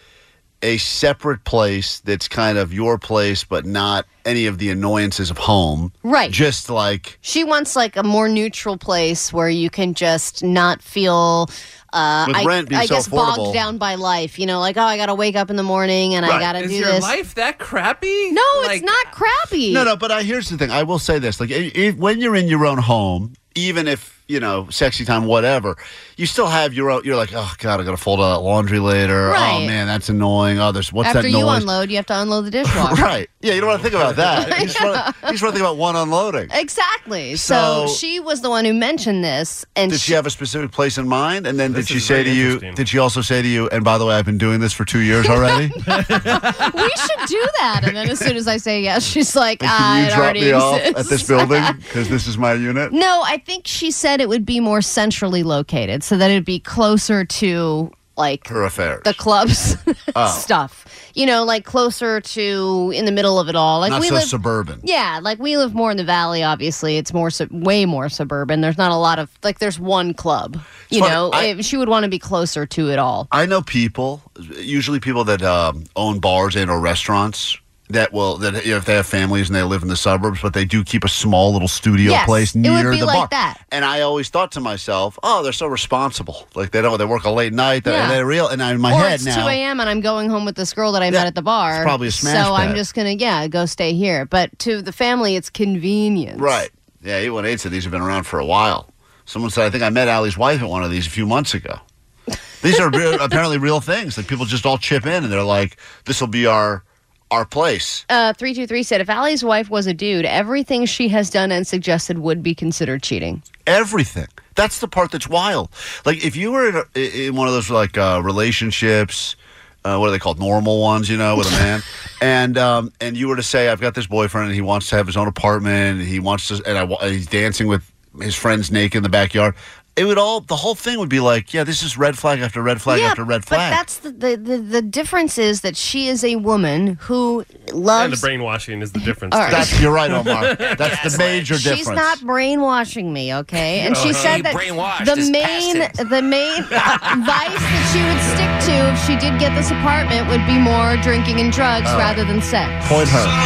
[SPEAKER 3] a separate place that's kind of your place, but not any of the annoyances of home.
[SPEAKER 5] Right.
[SPEAKER 3] Just like
[SPEAKER 5] She wants like a more neutral place where you can just not feel. Uh,
[SPEAKER 3] With
[SPEAKER 5] I,
[SPEAKER 3] rent being
[SPEAKER 5] I
[SPEAKER 3] so
[SPEAKER 5] guess
[SPEAKER 3] affordable.
[SPEAKER 5] bogged down by life, you know, like oh, I gotta wake up in the morning and I
[SPEAKER 3] Right.
[SPEAKER 5] gotta
[SPEAKER 6] Is
[SPEAKER 5] do
[SPEAKER 6] your
[SPEAKER 5] this.
[SPEAKER 6] life that crappy?
[SPEAKER 5] No,
[SPEAKER 6] Like-
[SPEAKER 5] it's not crappy.
[SPEAKER 3] no, no. But I, here's the thing: I will say this, like i i when you're in your own home, even if you know sexy time, whatever, you still have your own. You're like, oh god, I got to fold all that laundry later. Oh
[SPEAKER 5] Right.
[SPEAKER 3] man, that's annoying. Oh, there's what's
[SPEAKER 5] After
[SPEAKER 3] that
[SPEAKER 5] you
[SPEAKER 3] noise?
[SPEAKER 5] unload, you have to unload the dishwasher.
[SPEAKER 3] right. Yeah, you don't want to think about that. You just want to think about one unloading.
[SPEAKER 5] Exactly. So,
[SPEAKER 3] So-
[SPEAKER 5] she was the one who mentioned this, and
[SPEAKER 3] did
[SPEAKER 5] she,
[SPEAKER 3] she have a specific place in mind? And then did she
[SPEAKER 6] is
[SPEAKER 3] say
[SPEAKER 6] very
[SPEAKER 3] to you?
[SPEAKER 6] interesting.
[SPEAKER 3] Did she also say to you? And by the way, I've been doing this for two years already.
[SPEAKER 5] we should do that. And then as soon as I say yes, she's like,
[SPEAKER 3] And
[SPEAKER 5] ah,
[SPEAKER 3] can you
[SPEAKER 5] it
[SPEAKER 3] drop
[SPEAKER 5] already
[SPEAKER 3] me off
[SPEAKER 5] exists.
[SPEAKER 3] at this building because this is my unit?
[SPEAKER 5] No, I think she said it would be more centrally located, so that it'd be closer to like
[SPEAKER 3] Her affair.
[SPEAKER 5] the clubs
[SPEAKER 3] Oh.
[SPEAKER 5] stuff. You know, like closer to in the middle of it all. Like
[SPEAKER 3] Not
[SPEAKER 5] we
[SPEAKER 3] so
[SPEAKER 5] live
[SPEAKER 3] suburban.
[SPEAKER 5] Yeah, like we live more in the valley. Obviously, it's more sub- way more suburban. There's not a lot of like. There's one club. You
[SPEAKER 3] funny,
[SPEAKER 5] know,
[SPEAKER 3] I-
[SPEAKER 5] Eh, she would want to be closer to it all.
[SPEAKER 3] I know people, usually people that um, own bars and or restaurants. That will that you know, if they have families and they live in the suburbs, but they do keep a small little studio
[SPEAKER 5] Yes,
[SPEAKER 3] place
[SPEAKER 5] it
[SPEAKER 3] near
[SPEAKER 5] would be
[SPEAKER 3] the
[SPEAKER 5] like
[SPEAKER 3] bar.
[SPEAKER 5] that.
[SPEAKER 3] And I always thought to myself, oh, they're so responsible. Like they don't they work a late night. They're,
[SPEAKER 5] Yeah.
[SPEAKER 3] they're real. And I, in my
[SPEAKER 5] or
[SPEAKER 3] head
[SPEAKER 5] it's
[SPEAKER 3] now,
[SPEAKER 5] 2 a.m. and I'm going home with this girl that I met at the bar.
[SPEAKER 3] it's probably a smash
[SPEAKER 5] So
[SPEAKER 3] pad.
[SPEAKER 5] I'm just gonna yeah go stay here. But to the family, it's convenience.
[SPEAKER 3] Right. Yeah, eight one eight said these have been around for a while. Someone said I think I met Ali's wife at one of these a few months ago. These are real, apparently real things. Like people just all chip in and they're like, "This will be our our place."
[SPEAKER 5] Uh, three two three said if Allie's wife was a dude, everything she has done and suggested would be considered cheating.
[SPEAKER 3] Everything. That's the part that's wild. Like if you were in, a, in one of those like uh, relationships. Uh, what are they called? Normal ones, you know, with a man, and um, and you were to say, "I've got this boyfriend, and he wants to have his own apartment, and he wants to, and I, wa- he's dancing with his friends naked in the backyard." It would all, the whole thing would be like, "Yeah, this is red flag after red flag
[SPEAKER 5] yeah,
[SPEAKER 3] after red
[SPEAKER 5] but
[SPEAKER 3] flag."
[SPEAKER 5] that's the, the the the difference is that she is a woman who
[SPEAKER 6] And the
[SPEAKER 5] loves.
[SPEAKER 6] brainwashing is the difference.
[SPEAKER 5] All right.
[SPEAKER 6] too.
[SPEAKER 3] That's- you're right, Omar. That's the major
[SPEAKER 5] She's
[SPEAKER 3] difference.
[SPEAKER 5] not brainwashing me, okay? And she
[SPEAKER 3] Okay.
[SPEAKER 5] said that
[SPEAKER 3] Brainwashed
[SPEAKER 5] the
[SPEAKER 3] is
[SPEAKER 5] main the main vice that she would stick to if she did get
[SPEAKER 3] Oh.
[SPEAKER 5] this apartment would be more drinking and drugs
[SPEAKER 3] All right.
[SPEAKER 5] rather than sex.
[SPEAKER 3] Point her.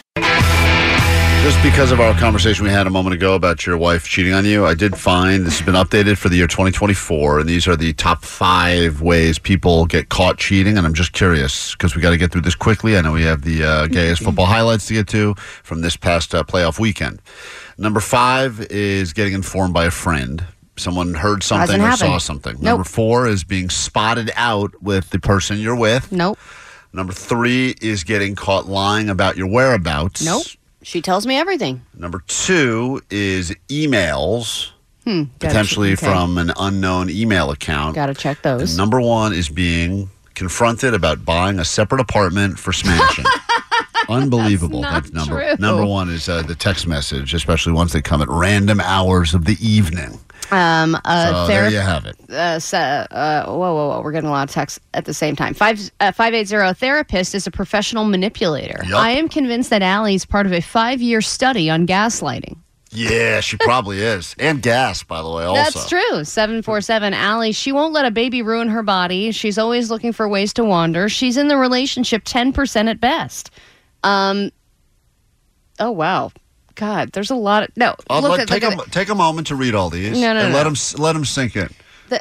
[SPEAKER 3] Just because of our conversation we had a moment ago about your wife cheating on you, I did find this has been updated for the year 2024, and these are the top five ways people get caught cheating. And I'm just curious because we got to get through this quickly. I know we have the uh, gayest
[SPEAKER 5] Mm-hmm.
[SPEAKER 3] football highlights to get to from this past uh, playoff weekend. Number five is getting informed by a friend. Someone heard something
[SPEAKER 5] Doesn't
[SPEAKER 3] or
[SPEAKER 5] happen.
[SPEAKER 3] saw something.
[SPEAKER 5] Nope.
[SPEAKER 3] Number four is being spotted out with the person you're with.
[SPEAKER 5] Nope.
[SPEAKER 3] Number three is getting caught lying about your whereabouts.
[SPEAKER 5] Nope. She tells me everything.
[SPEAKER 3] Number two is emails,
[SPEAKER 5] Hmm. Gotta-
[SPEAKER 3] potentially
[SPEAKER 5] okay.
[SPEAKER 3] from an unknown email account.
[SPEAKER 5] Gotta check those.
[SPEAKER 3] And number one is being confronted about buying a separate apartment for smashing. Unbelievable. That's, number
[SPEAKER 5] true.
[SPEAKER 3] number one is uh, the text message, especially ones that come at random hours of the evening.
[SPEAKER 5] Um, uh,
[SPEAKER 3] so there
[SPEAKER 5] thera-
[SPEAKER 3] you have it.
[SPEAKER 5] Uh, so, uh, whoa, whoa, whoa! We're getting a lot of texts at the same time. Five uh, five eight zero. Therapist is a professional manipulator.
[SPEAKER 3] Yup.
[SPEAKER 5] I am convinced that Allie is part of a five year study on gaslighting.
[SPEAKER 3] Yeah, she probably is, and gas, by the way. Also,
[SPEAKER 5] That's true. 747 Allie, she won't let a baby ruin her body. She's always looking for ways to wander. She's in the relationship 10% at best. Um Oh wow. God, there's a lot of No,
[SPEAKER 3] I'll
[SPEAKER 5] look
[SPEAKER 3] let-
[SPEAKER 5] at
[SPEAKER 3] Um, take,
[SPEAKER 5] look at
[SPEAKER 3] a, take a moment to read all these
[SPEAKER 5] No, no,
[SPEAKER 3] and
[SPEAKER 5] no.
[SPEAKER 3] let them let them sink in.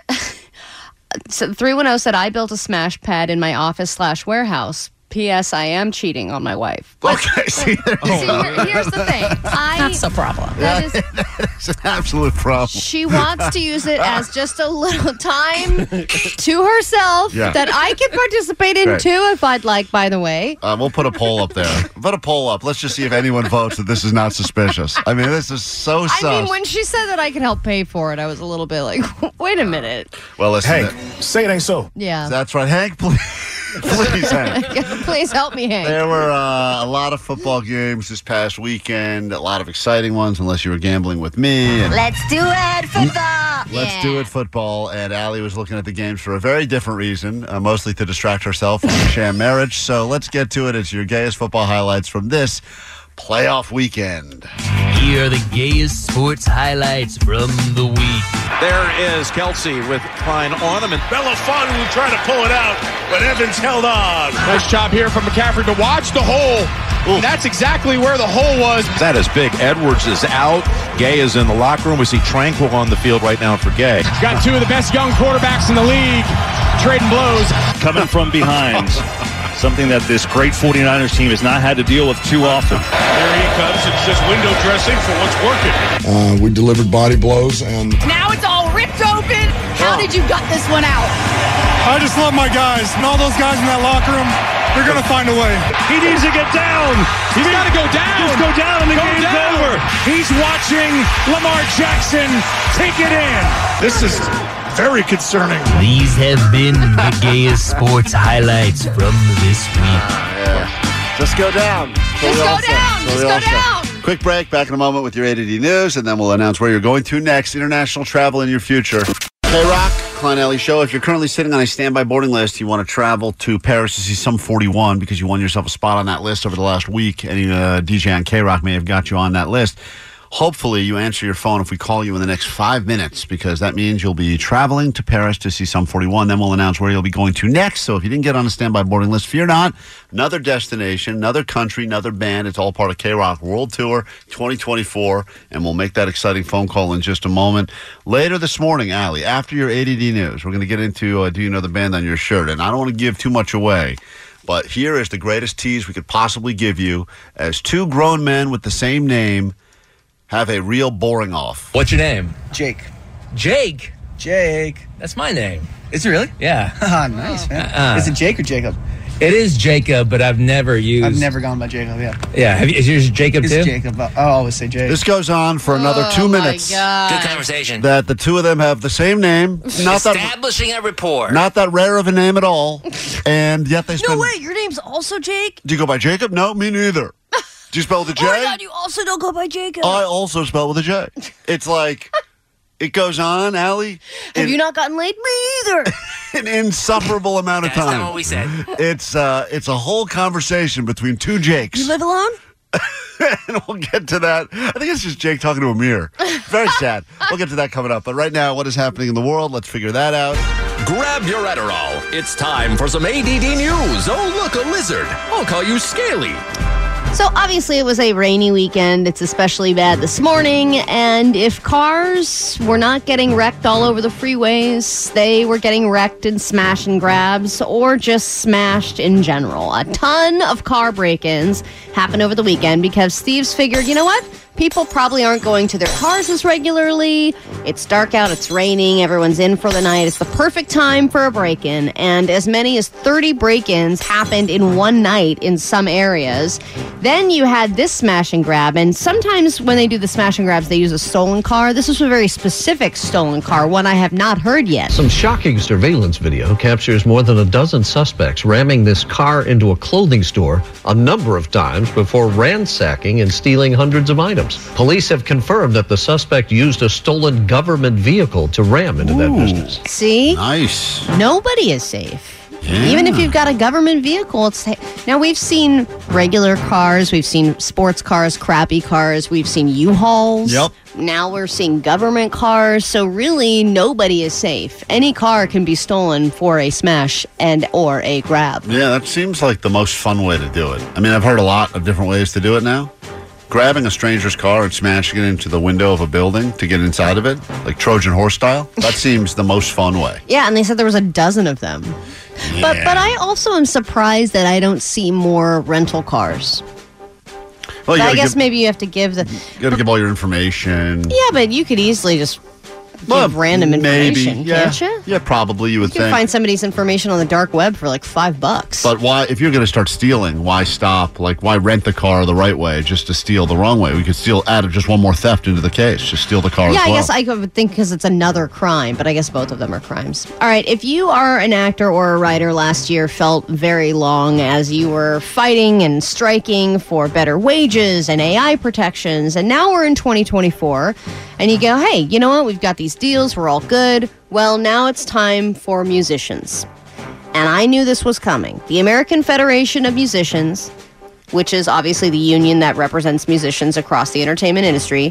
[SPEAKER 5] so 310 said I built a smash pad in my office slash warehouse. P.S. I am cheating on my wife.
[SPEAKER 3] Okay, see, there you go.
[SPEAKER 5] Here's the thing. I That's a problem.
[SPEAKER 3] Yeah, it's an absolute problem.
[SPEAKER 5] She wants to use it as just a little time to herself
[SPEAKER 3] Yeah.
[SPEAKER 5] that I can participate in
[SPEAKER 3] Right.
[SPEAKER 5] too if I'd like, by the way.
[SPEAKER 3] Uh, we'll put a poll up there. Put a poll up. Let's just see if anyone votes that this is not suspicious. I mean, this is so sus.
[SPEAKER 5] I mean, when she said that I could help pay for it, I was a little bit like, wait a minute.
[SPEAKER 3] well, listen.
[SPEAKER 5] Hank,
[SPEAKER 3] say it ain't so.
[SPEAKER 5] Yeah.
[SPEAKER 3] That's right, Hank. Please, please, Hank.
[SPEAKER 5] Please help me, Hank.
[SPEAKER 3] There were uh, a lot of football games this past weekend. A lot of exciting ones, unless you were gambling with me. And
[SPEAKER 14] Let's do it, football.
[SPEAKER 3] Mm. Let's do it football. And Allie was looking at the games for a very different reason, uh, mostly to distract herself from her sham marriage. So let's get to it. It's your gayest football highlights from this playoff weekend.
[SPEAKER 15] Here are the gayest sports highlights from the week.
[SPEAKER 16] There is Kelsey with Klein on him, and Belafonte will try to pull it out, but Evans held on. Nice job here from McCaffrey to watch the hole. That's exactly where the hole was. That is big. Edwards is out. Gay is in the locker room. We see Tranquil on the field right now for Gay.
[SPEAKER 17] Got two of the best young quarterbacks in the league trading blows.
[SPEAKER 18] coming from behind. Something that this great 49ers team has not had to deal with too often.
[SPEAKER 16] There he comes. It's just window dressing for what's working.
[SPEAKER 19] Uh, we delivered body blows, and
[SPEAKER 20] Now it's all ripped open. How did you gut this one out?
[SPEAKER 17] I just love my guys and all those guys in that locker room. They're gonna find a way.
[SPEAKER 18] He needs to get down. He's got to go down. Just go down and the game's over.
[SPEAKER 16] He's watching Lamar Jackson take it in. This is very concerning.
[SPEAKER 15] These have been the gayest sports highlights from this week.
[SPEAKER 3] Just go down.
[SPEAKER 15] Just go down.
[SPEAKER 3] Just go down. Quick break. Back in a moment with your ADD news, and then we'll announce where you're going to next. International travel in your future. K Rock, Klein Alley Show. If you're currently sitting on a standby boarding list, you want to travel to Paris to see some 41 because you won yourself a spot on that list over the last week. Any uh, DJ on K Rock may have got you on that list. Hopefully, you answer your phone if we call you in the next five minutes because that means you'll be traveling to Paris to see some 41. Then we'll announce where you'll be going to next. So if you didn't get on a standby boarding list, fear not. Another destination, another country, another band. It's all part of K Rock World Tour 2024. And we'll make that exciting phone call in just a moment. Later this morning, Allie, after your ADD news, we're going to get into uh, Do You Know the Band on Your Shirt? And I don't want to give too much away. But here is the greatest tease we could possibly give you as two grown men with the same name have a real boring off.
[SPEAKER 15] What's your name?
[SPEAKER 21] Jake.
[SPEAKER 15] Jake.
[SPEAKER 21] Jake.
[SPEAKER 15] That's my name.
[SPEAKER 21] Is it really?
[SPEAKER 15] Yeah.
[SPEAKER 5] Oh,
[SPEAKER 21] nice, man.
[SPEAKER 15] Uh-uh.
[SPEAKER 21] Is it Jake or Jacob?
[SPEAKER 15] It is Jacob, but I've never used.
[SPEAKER 21] I've never gone by Jacob, yeah.
[SPEAKER 15] Yeah. Have you, is yours Jacob
[SPEAKER 21] It's
[SPEAKER 15] too?
[SPEAKER 21] Jacob. I I always say Jake.
[SPEAKER 3] This goes on for another
[SPEAKER 21] two
[SPEAKER 3] two minutes.
[SPEAKER 5] Uh,
[SPEAKER 7] Good conversation.
[SPEAKER 3] That the two of them have the same name. Not that
[SPEAKER 7] Establishing a rapport.
[SPEAKER 3] not that rare of a name at all. And yet they spend
[SPEAKER 5] No, wait, your name's also Jake?
[SPEAKER 3] Do you go by Jacob? No, me neither. Do you spell with a J?
[SPEAKER 5] Oh my god, you also don't go by Jacob.
[SPEAKER 3] I also spell with a J. It's like it goes on, Allie.
[SPEAKER 5] Have
[SPEAKER 3] in
[SPEAKER 5] you not gotten laid? Me either.
[SPEAKER 3] An insufferable amount of
[SPEAKER 7] That's
[SPEAKER 3] time.
[SPEAKER 7] not what we said.
[SPEAKER 3] It's uh, it's a whole conversation between two Jakes.
[SPEAKER 5] You live alone?
[SPEAKER 3] and we'll get to that. I think it's just Jake talking to a mirror. Very sad. We'll get to that coming up. But right now, what is happening in the world? Let's figure that out.
[SPEAKER 8] Grab your Adderall. It's time for some ADD news. Oh, look, a lizard. I'll call you Scaly.
[SPEAKER 5] So obviously it was a rainy weekend. It's especially bad this morning. And if cars were not getting wrecked all over the freeways, they were getting wrecked in smash and grabs or just smashed in general. A ton of car break-ins happened over the weekend because thieves figured, you know what? People probably aren't going to their cars as regularly. It's dark out, it's raining, everyone's in for the night. It's the perfect time for a break in. And as many as 30 break ins happened in one night in some areas. Then you had this smash and grab. And sometimes when they do the smash and grabs, they use a stolen car. This was a very specific stolen car, one I have not heard yet.
[SPEAKER 1] Some shocking surveillance video captures more than a dozen suspects ramming this car into a clothing store a number of times before ransacking and stealing hundreds of items. Police have confirmed that the suspect used a stolen government vehicle to ram into that business.
[SPEAKER 5] See?
[SPEAKER 3] Nice.
[SPEAKER 5] Nobody is safe. Even if you've got a government vehicle, it's now we've seen regular cars, we've seen sports cars, crappy cars, we've seen U-Hauls.
[SPEAKER 3] Yep.
[SPEAKER 5] Now we're seeing government cars, so really nobody is safe. Any car can be stolen for a smash and or a grab.
[SPEAKER 3] Yeah, that seems like the most fun way to do it. I mean, I've heard a lot of different ways to do it now. Grabbing a stranger's car and smashing it into the window of a building to get inside of it, like Trojan horse style, that seems the most fun way.
[SPEAKER 5] Yeah, and they said there was a dozen of them. But but I also am surprised that I don't see more rental cars. But
[SPEAKER 3] Well, you
[SPEAKER 5] I
[SPEAKER 3] gotta,
[SPEAKER 5] guess
[SPEAKER 3] give,
[SPEAKER 5] maybe you have to give the
[SPEAKER 3] you gotta give all your information.
[SPEAKER 5] Yeah, but you could easily just give random information,
[SPEAKER 3] Maybe, yeah.
[SPEAKER 5] can't you?
[SPEAKER 3] Yeah, probably you would
[SPEAKER 5] You can
[SPEAKER 3] think.
[SPEAKER 5] find somebody's information on the dark web for like five bucks.
[SPEAKER 3] But why, if you're going to start stealing, why stop? Like, why rent the car the right way just to steal the wrong way? We could steal, add just one more theft into the case, just steal the car
[SPEAKER 5] yeah,
[SPEAKER 3] as well.
[SPEAKER 5] I guess I could think because it's another crime, but I guess both of them are crimes. All right, if you are an actor or a writer, last year felt very long as you were fighting and striking for better wages and AI protections, and now we're in 2024, and you go, hey, you know what? We've got these deals, we're all good. Well, now it's time for musicians. And I knew this was coming. The American Federation of Musicians which is obviously the union that represents musicians across the entertainment industry.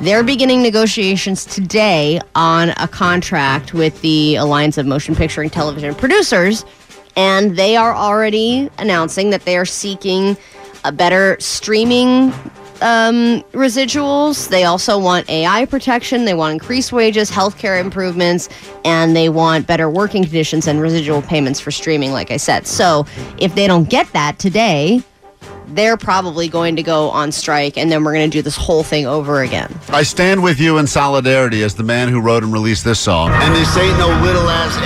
[SPEAKER 5] They're beginning negotiations today on a contract with the Alliance of Motion Picture and Television Producers, and they are already announcing that they are seeking a better streaming um, residuals. They also want AI protection. They want increased wages, healthcare improvements, and they want better working conditions and residual payments for streaming, like I said. So if they don't get that today, they're probably going to go on strike, and then we're going to do this whole thing over again.
[SPEAKER 3] I stand with you in solidarity as the man who wrote and released this song. And this ain't no little ass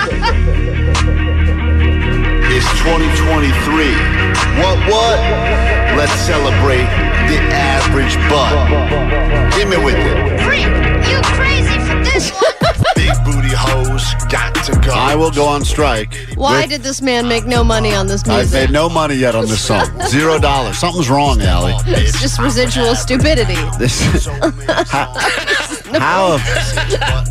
[SPEAKER 3] anthem either.
[SPEAKER 2] It's 2023. What, what? Let's celebrate the average butt. Hit me with it.
[SPEAKER 14] You crazy for this
[SPEAKER 2] Big booty hoes got to go.
[SPEAKER 3] I will go on strike.
[SPEAKER 5] Why
[SPEAKER 3] with-
[SPEAKER 5] did this man make no money on this
[SPEAKER 3] I've
[SPEAKER 5] music?
[SPEAKER 3] made no money yet on this song. Zero dollars. Something's wrong, Allie.
[SPEAKER 5] it's just residual stupidity.
[SPEAKER 3] This how, how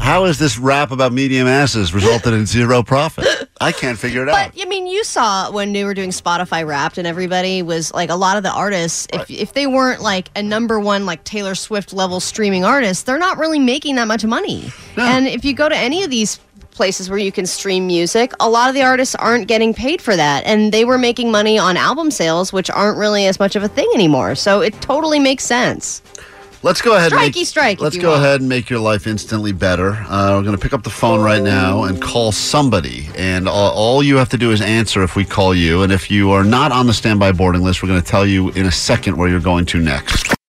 [SPEAKER 3] how has this rap about medium asses resulted in zero profit? I can't figure it out.
[SPEAKER 5] But I mean, you saw when they were doing Spotify Wrapped, and everybody was like, a lot of the artists, if if they weren't like a number one like Taylor Swift level streaming artist, they're not really making that much money. And if you go to any of these places where you can stream music, a lot of the artists aren't getting paid for that, and they were making money on album sales, which aren't really as much of a thing anymore. So it totally makes sense.
[SPEAKER 3] Let's go ahead. and
[SPEAKER 5] Strikey
[SPEAKER 3] make,
[SPEAKER 5] strike, if
[SPEAKER 3] Let's
[SPEAKER 5] you
[SPEAKER 3] go
[SPEAKER 5] want.
[SPEAKER 3] ahead and make your life instantly better. Uh, we're going to pick up the phone right now and call somebody, and all, all you have to do is answer if we call you. And if you are not on the standby boarding list, we're going to tell you in a second where you're going to next.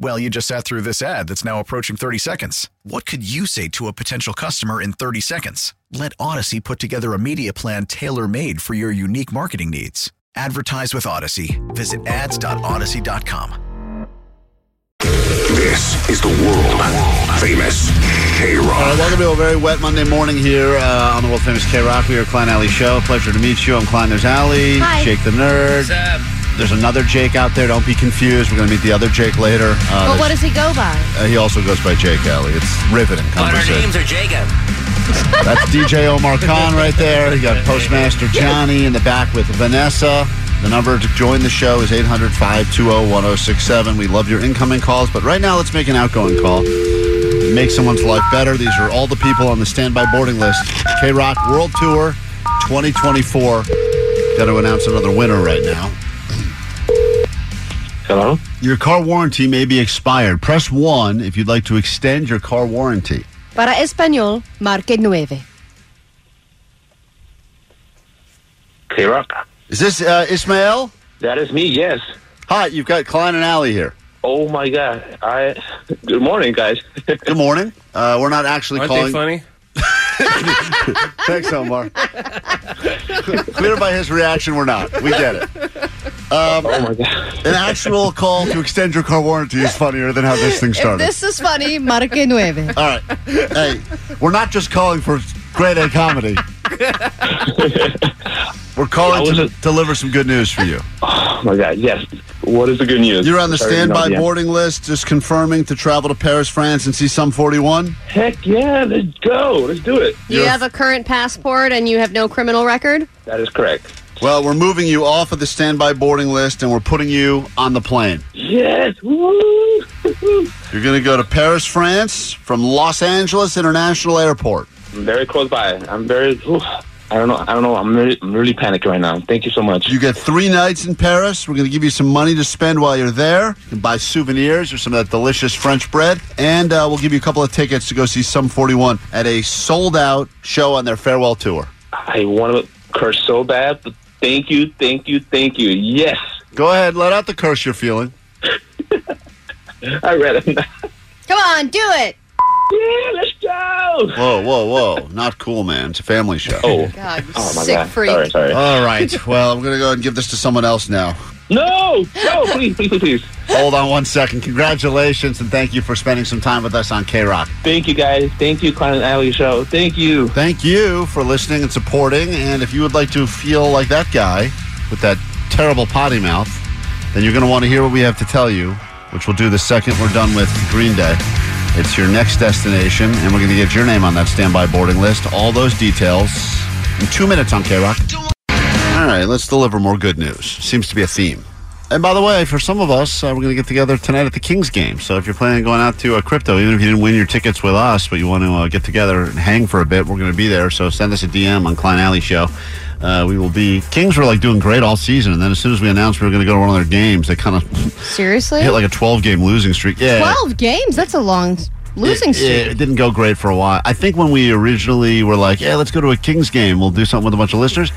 [SPEAKER 22] Well, you just sat through this ad that's now approaching 30 seconds. What could you say to a potential customer in 30 seconds? Let Odyssey put together a media plan tailor made for your unique marketing needs. Advertise with Odyssey. Visit ads.odyssey.com.
[SPEAKER 4] This is the world famous K
[SPEAKER 3] All
[SPEAKER 4] Rock.
[SPEAKER 3] right, welcome to a very wet Monday morning here uh, on the world famous K Rock. We are Klein Alley Show. Pleasure to meet you. I'm Klein. There's Alley.
[SPEAKER 4] Hi.
[SPEAKER 3] Jake the Nerd.
[SPEAKER 4] What's up?
[SPEAKER 3] There's another Jake out there. Don't be confused. We're going to meet the other Jake later. Uh,
[SPEAKER 5] but what does he go by?
[SPEAKER 3] uh, he also goes by Jake Alley. It's riveting
[SPEAKER 7] But our
[SPEAKER 3] conversation.
[SPEAKER 7] names are Jacob.
[SPEAKER 3] That's DJ Omar Khan right there. You got Postmaster Johnny in the back with Vanessa. The number to join the show is 800 520 1067. We love your incoming calls, but right now let's make an outgoing call. Make someone's life better. These are all the people on the standby boarding list. K Rock World Tour 2024. Got to announce another winner right now.
[SPEAKER 9] Hello?
[SPEAKER 3] Your car warranty may be expired. Press 1 if you'd like to extend your car warranty.
[SPEAKER 5] Para español, marque nueve.
[SPEAKER 9] K Rock.
[SPEAKER 3] Is this uh, Ismail?
[SPEAKER 9] That is me. Yes.
[SPEAKER 3] Hi, you've got Klein and Alley here.
[SPEAKER 9] Oh my God! I. Good morning, guys.
[SPEAKER 3] Good morning. Uh, we're not actually
[SPEAKER 9] Aren't
[SPEAKER 3] calling.
[SPEAKER 9] they
[SPEAKER 3] funny? Thanks, Omar. Clear by his reaction, we're not. We get it. Um, oh my
[SPEAKER 9] god!
[SPEAKER 3] An actual call to extend your car warranty is funnier than how this thing
[SPEAKER 5] If
[SPEAKER 3] started.
[SPEAKER 5] this is funny, marque nueve.
[SPEAKER 3] All right. Hey, we're not just calling for grade A comedy. we're calling to deliver some good news for you.
[SPEAKER 9] Oh my God! Yes. What is the good news?
[SPEAKER 3] You're on the
[SPEAKER 9] Sorry,
[SPEAKER 3] standby
[SPEAKER 9] not yet.
[SPEAKER 3] boarding list, just confirming to travel to Paris, France, and see some 41.
[SPEAKER 9] Heck yeah! Let's go. Let's do it.
[SPEAKER 5] You have a current passport and you have no criminal record?
[SPEAKER 9] That is correct.
[SPEAKER 3] Well, we're moving you off of the standby boarding list and we're putting you on the plane.
[SPEAKER 9] Yes. Woo!
[SPEAKER 3] You're going to go to Paris, France from Los Angeles International Airport.
[SPEAKER 9] I'm very close by. I'm very. oof. I don't know. I don't know. I'm really, I'm really panicked right now. Thank you so much.
[SPEAKER 3] You get three nights in Paris. We're going to give you some money to spend while you're there. You can buy souvenirs or some of that delicious French bread. And uh, we'll give you a couple of tickets to go see Sum 41 at a sold out show on their farewell tour.
[SPEAKER 9] I want to curse so bad, but thank you, thank you, thank you. Yes.
[SPEAKER 3] Go ahead, let out the curse you're feeling.
[SPEAKER 9] I read it.
[SPEAKER 5] Come on, do it.
[SPEAKER 9] Yeah, let's go.
[SPEAKER 3] Whoa, whoa, whoa. Not cool, man. It's a family show.
[SPEAKER 9] Oh,
[SPEAKER 5] God, you
[SPEAKER 9] Oh, my
[SPEAKER 5] sick
[SPEAKER 9] God.
[SPEAKER 5] freak.
[SPEAKER 9] Sorry, sorry.
[SPEAKER 3] All right. Well, I'm going to go ahead and give this to someone else now.
[SPEAKER 9] No, no, please, please, please, please.
[SPEAKER 3] Hold on one second. Congratulations and thank you for spending some time with us on K Rock.
[SPEAKER 9] Thank you, guys. Thank you, Clan Alley Show. Thank you.
[SPEAKER 3] Thank you for listening and supporting. And if you would like to feel like that guy with that terrible potty mouth, then you're going to want to hear what we have to tell you, which we'll do the second we're done with Green Day. It's your next destination, and we're going to get your name on that standby boarding list. All those details in two minutes on K Rock. All right, let's deliver more good news. Seems to be a theme. And by the way, for some of us, uh, we're going to get together tonight at the Kings game. So if you're planning on going out to uh, crypto, even if you didn't win your tickets with us, but you want to uh, get together and hang for a bit, we're going to be there. So send us a DM on Klein Alley Show. Uh, we will be. Kings were like doing great all season, and then as soon as we announced we were going to go to one of their games, they kind of
[SPEAKER 5] Seriously?
[SPEAKER 3] hit like a 12 game losing streak. Yeah,
[SPEAKER 5] 12 games? That's a long s- losing
[SPEAKER 3] it,
[SPEAKER 5] streak.
[SPEAKER 3] It didn't go great for a while. I think when we originally were like, yeah, let's go to a Kings game, we'll do something with a bunch of listeners.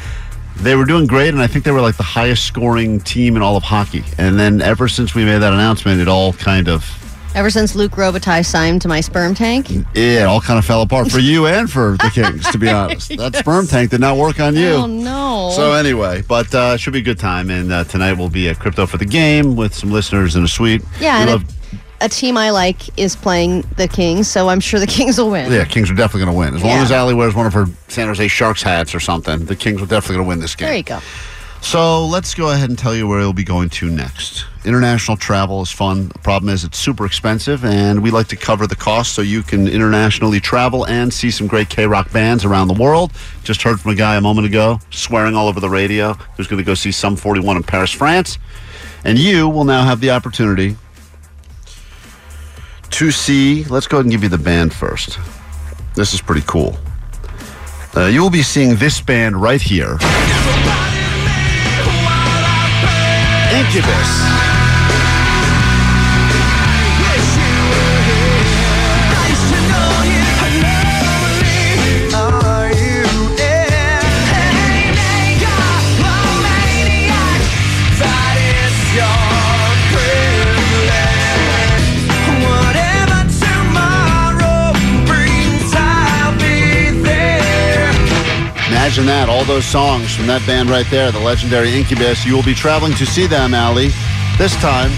[SPEAKER 3] They were doing great, and I think they were like the highest scoring team in all of hockey. And then ever since we made that announcement, it all kind of
[SPEAKER 5] Ever since Luke Robitaille signed to my sperm tank?
[SPEAKER 3] yeah, it all kind of fell apart for you and for the Kings, to be honest. That
[SPEAKER 5] Yes.
[SPEAKER 3] sperm tank did not work on you.
[SPEAKER 5] Oh, no.
[SPEAKER 3] So anyway, but uh, it should be a good time. And uh, tonight will be at Crypto for the Game with some listeners in a suite.
[SPEAKER 5] Yeah, and
[SPEAKER 3] We love-
[SPEAKER 5] a team I like is playing the Kings, so I'm sure the Kings will win.
[SPEAKER 3] yeah, Kings are definitely going to win. As long
[SPEAKER 5] Yeah.
[SPEAKER 3] as Allie wears one of her San Jose Sharks hats or something, the Kings are definitely going to win this game.
[SPEAKER 5] There you go.
[SPEAKER 3] So let's go ahead and tell you where you'll be going to next. International travel is fun. The problem is it's super expensive, and we like to cover the cost so you can internationally travel and see some great K Rock bands around the world. Just heard from a guy a moment ago swearing all over the radio who's going to go see Sum 41 in Paris, France. And you will now have the opportunity to see. Let's go ahead and give you the band first. This is pretty cool. Uh, you will be seeing this band right here. Incubus. Imagine that. All those songs from that band right there, the legendary Incubus. You will be traveling to see them, Allie, this time.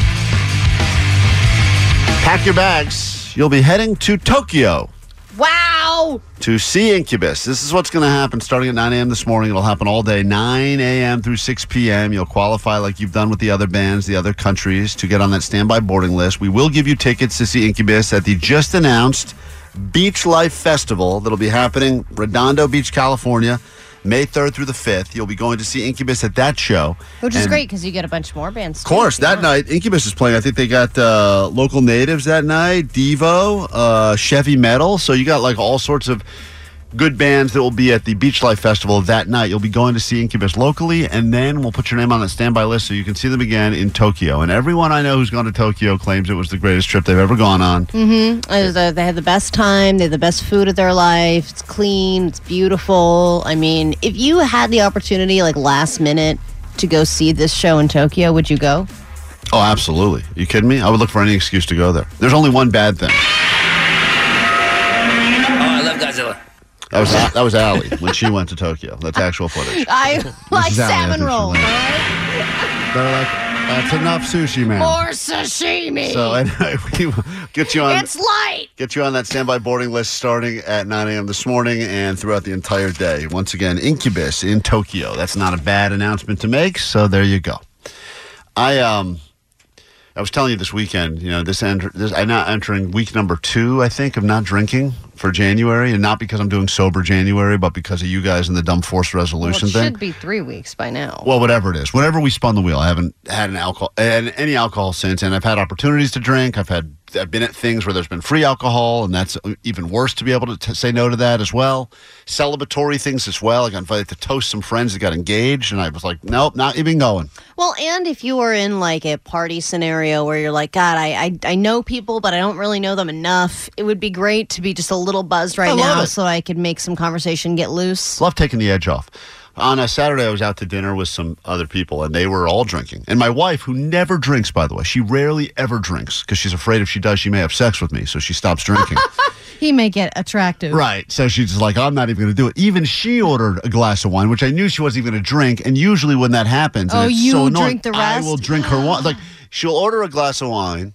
[SPEAKER 3] Pack your bags. You'll be heading to Tokyo
[SPEAKER 5] Wow.
[SPEAKER 3] to see Incubus. This is what's going to happen starting at 9 a.m. this morning. It'll happen all day, 9 a.m. through 6 p.m. You'll qualify like you've done with the other bands, the other countries, to get on that standby boarding list. We will give you tickets to see Incubus at the just announced Beach Life Festival that'll be happening Redondo Beach, California, May 3rd through the 5th. You'll be going to see Incubus at that show.
[SPEAKER 5] Which is
[SPEAKER 3] And-
[SPEAKER 5] great because you get a bunch more bands.
[SPEAKER 3] of course, that night Incubus is playing. I think they got uh, local natives that night, Devo, uh, Chevy Metal. So you got like all sorts of good bands that will be at the Beach Life Festival that night. You'll be going to see Incubus locally, and then we'll put your name on that standby list so you can see them again in Tokyo. And everyone I know who's gone to Tokyo claims it was the greatest trip they've ever gone on.
[SPEAKER 5] Mm-hmm. they had the best time. They had the best food of their life. It's clean. It's beautiful. I mean, if you had the opportunity, like last minute, to go see this show in Tokyo, would you go?
[SPEAKER 3] Oh, absolutely. you kidding me? I would look for any excuse to go there. There's only one bad thing.
[SPEAKER 7] Oh, I love Godzilla.
[SPEAKER 3] That was that was Allie when she went to Tokyo. That's actual footage.
[SPEAKER 5] I like
[SPEAKER 3] is Allie, I
[SPEAKER 5] salmon
[SPEAKER 3] think she
[SPEAKER 5] roll.
[SPEAKER 3] They're like, that's enough sushi, man.
[SPEAKER 5] Or sashimi.
[SPEAKER 3] So um, anyway, we will get you on.
[SPEAKER 5] it's light.
[SPEAKER 3] Get you on that standby boarding list starting at 9 a.m. this morning and throughout the entire day. Once again, Incubus in Tokyo. That's not a bad announcement to make, so there you go. I um, I was telling you this weekend. You know, this enter this I'm now entering week number two, I think, of not drinking for January, and not because I'm doing sober January, but because of you guys and the dumb force
[SPEAKER 5] Well, it
[SPEAKER 3] resolution thing.
[SPEAKER 5] should be three weeks by now.
[SPEAKER 3] Well, whatever it is, whenever we spun the wheel, I haven't had an alcohol and any alcohol since, and I've had opportunities to drink. I've had I've been at things where there's been free alcohol, and that's even worse to be able to t- say no to that as well. Celebratory things as well. I got invited to toast some friends that got engaged, and I was like, nope, not even going.
[SPEAKER 5] Well, and if you are in like a party scenario where you're like, God, I, I I know people, but I don't really know them enough. It would be great to be just a little buzzed right
[SPEAKER 3] I love
[SPEAKER 5] now,
[SPEAKER 3] it.
[SPEAKER 5] so I could make some conversation, get loose.
[SPEAKER 3] Love taking the edge off. On a Saturday, I was out to dinner with some other people, and they were all drinking. And my wife, who never drinks, by the way, she rarely ever drinks because she's afraid if she does, she may have sex with me, so she stops drinking.
[SPEAKER 5] He may get attractive.
[SPEAKER 3] Right. So she's just like, I'm not even going to do it. Even she ordered a glass of wine, which I knew she wasn't even going to drink. And usually when that happens, and
[SPEAKER 5] Oh,
[SPEAKER 3] it's
[SPEAKER 5] you
[SPEAKER 3] so
[SPEAKER 5] will
[SPEAKER 3] annoying,
[SPEAKER 5] drink the
[SPEAKER 3] I
[SPEAKER 5] rest?
[SPEAKER 3] will drink her wine. Like, she'll order a glass of wine.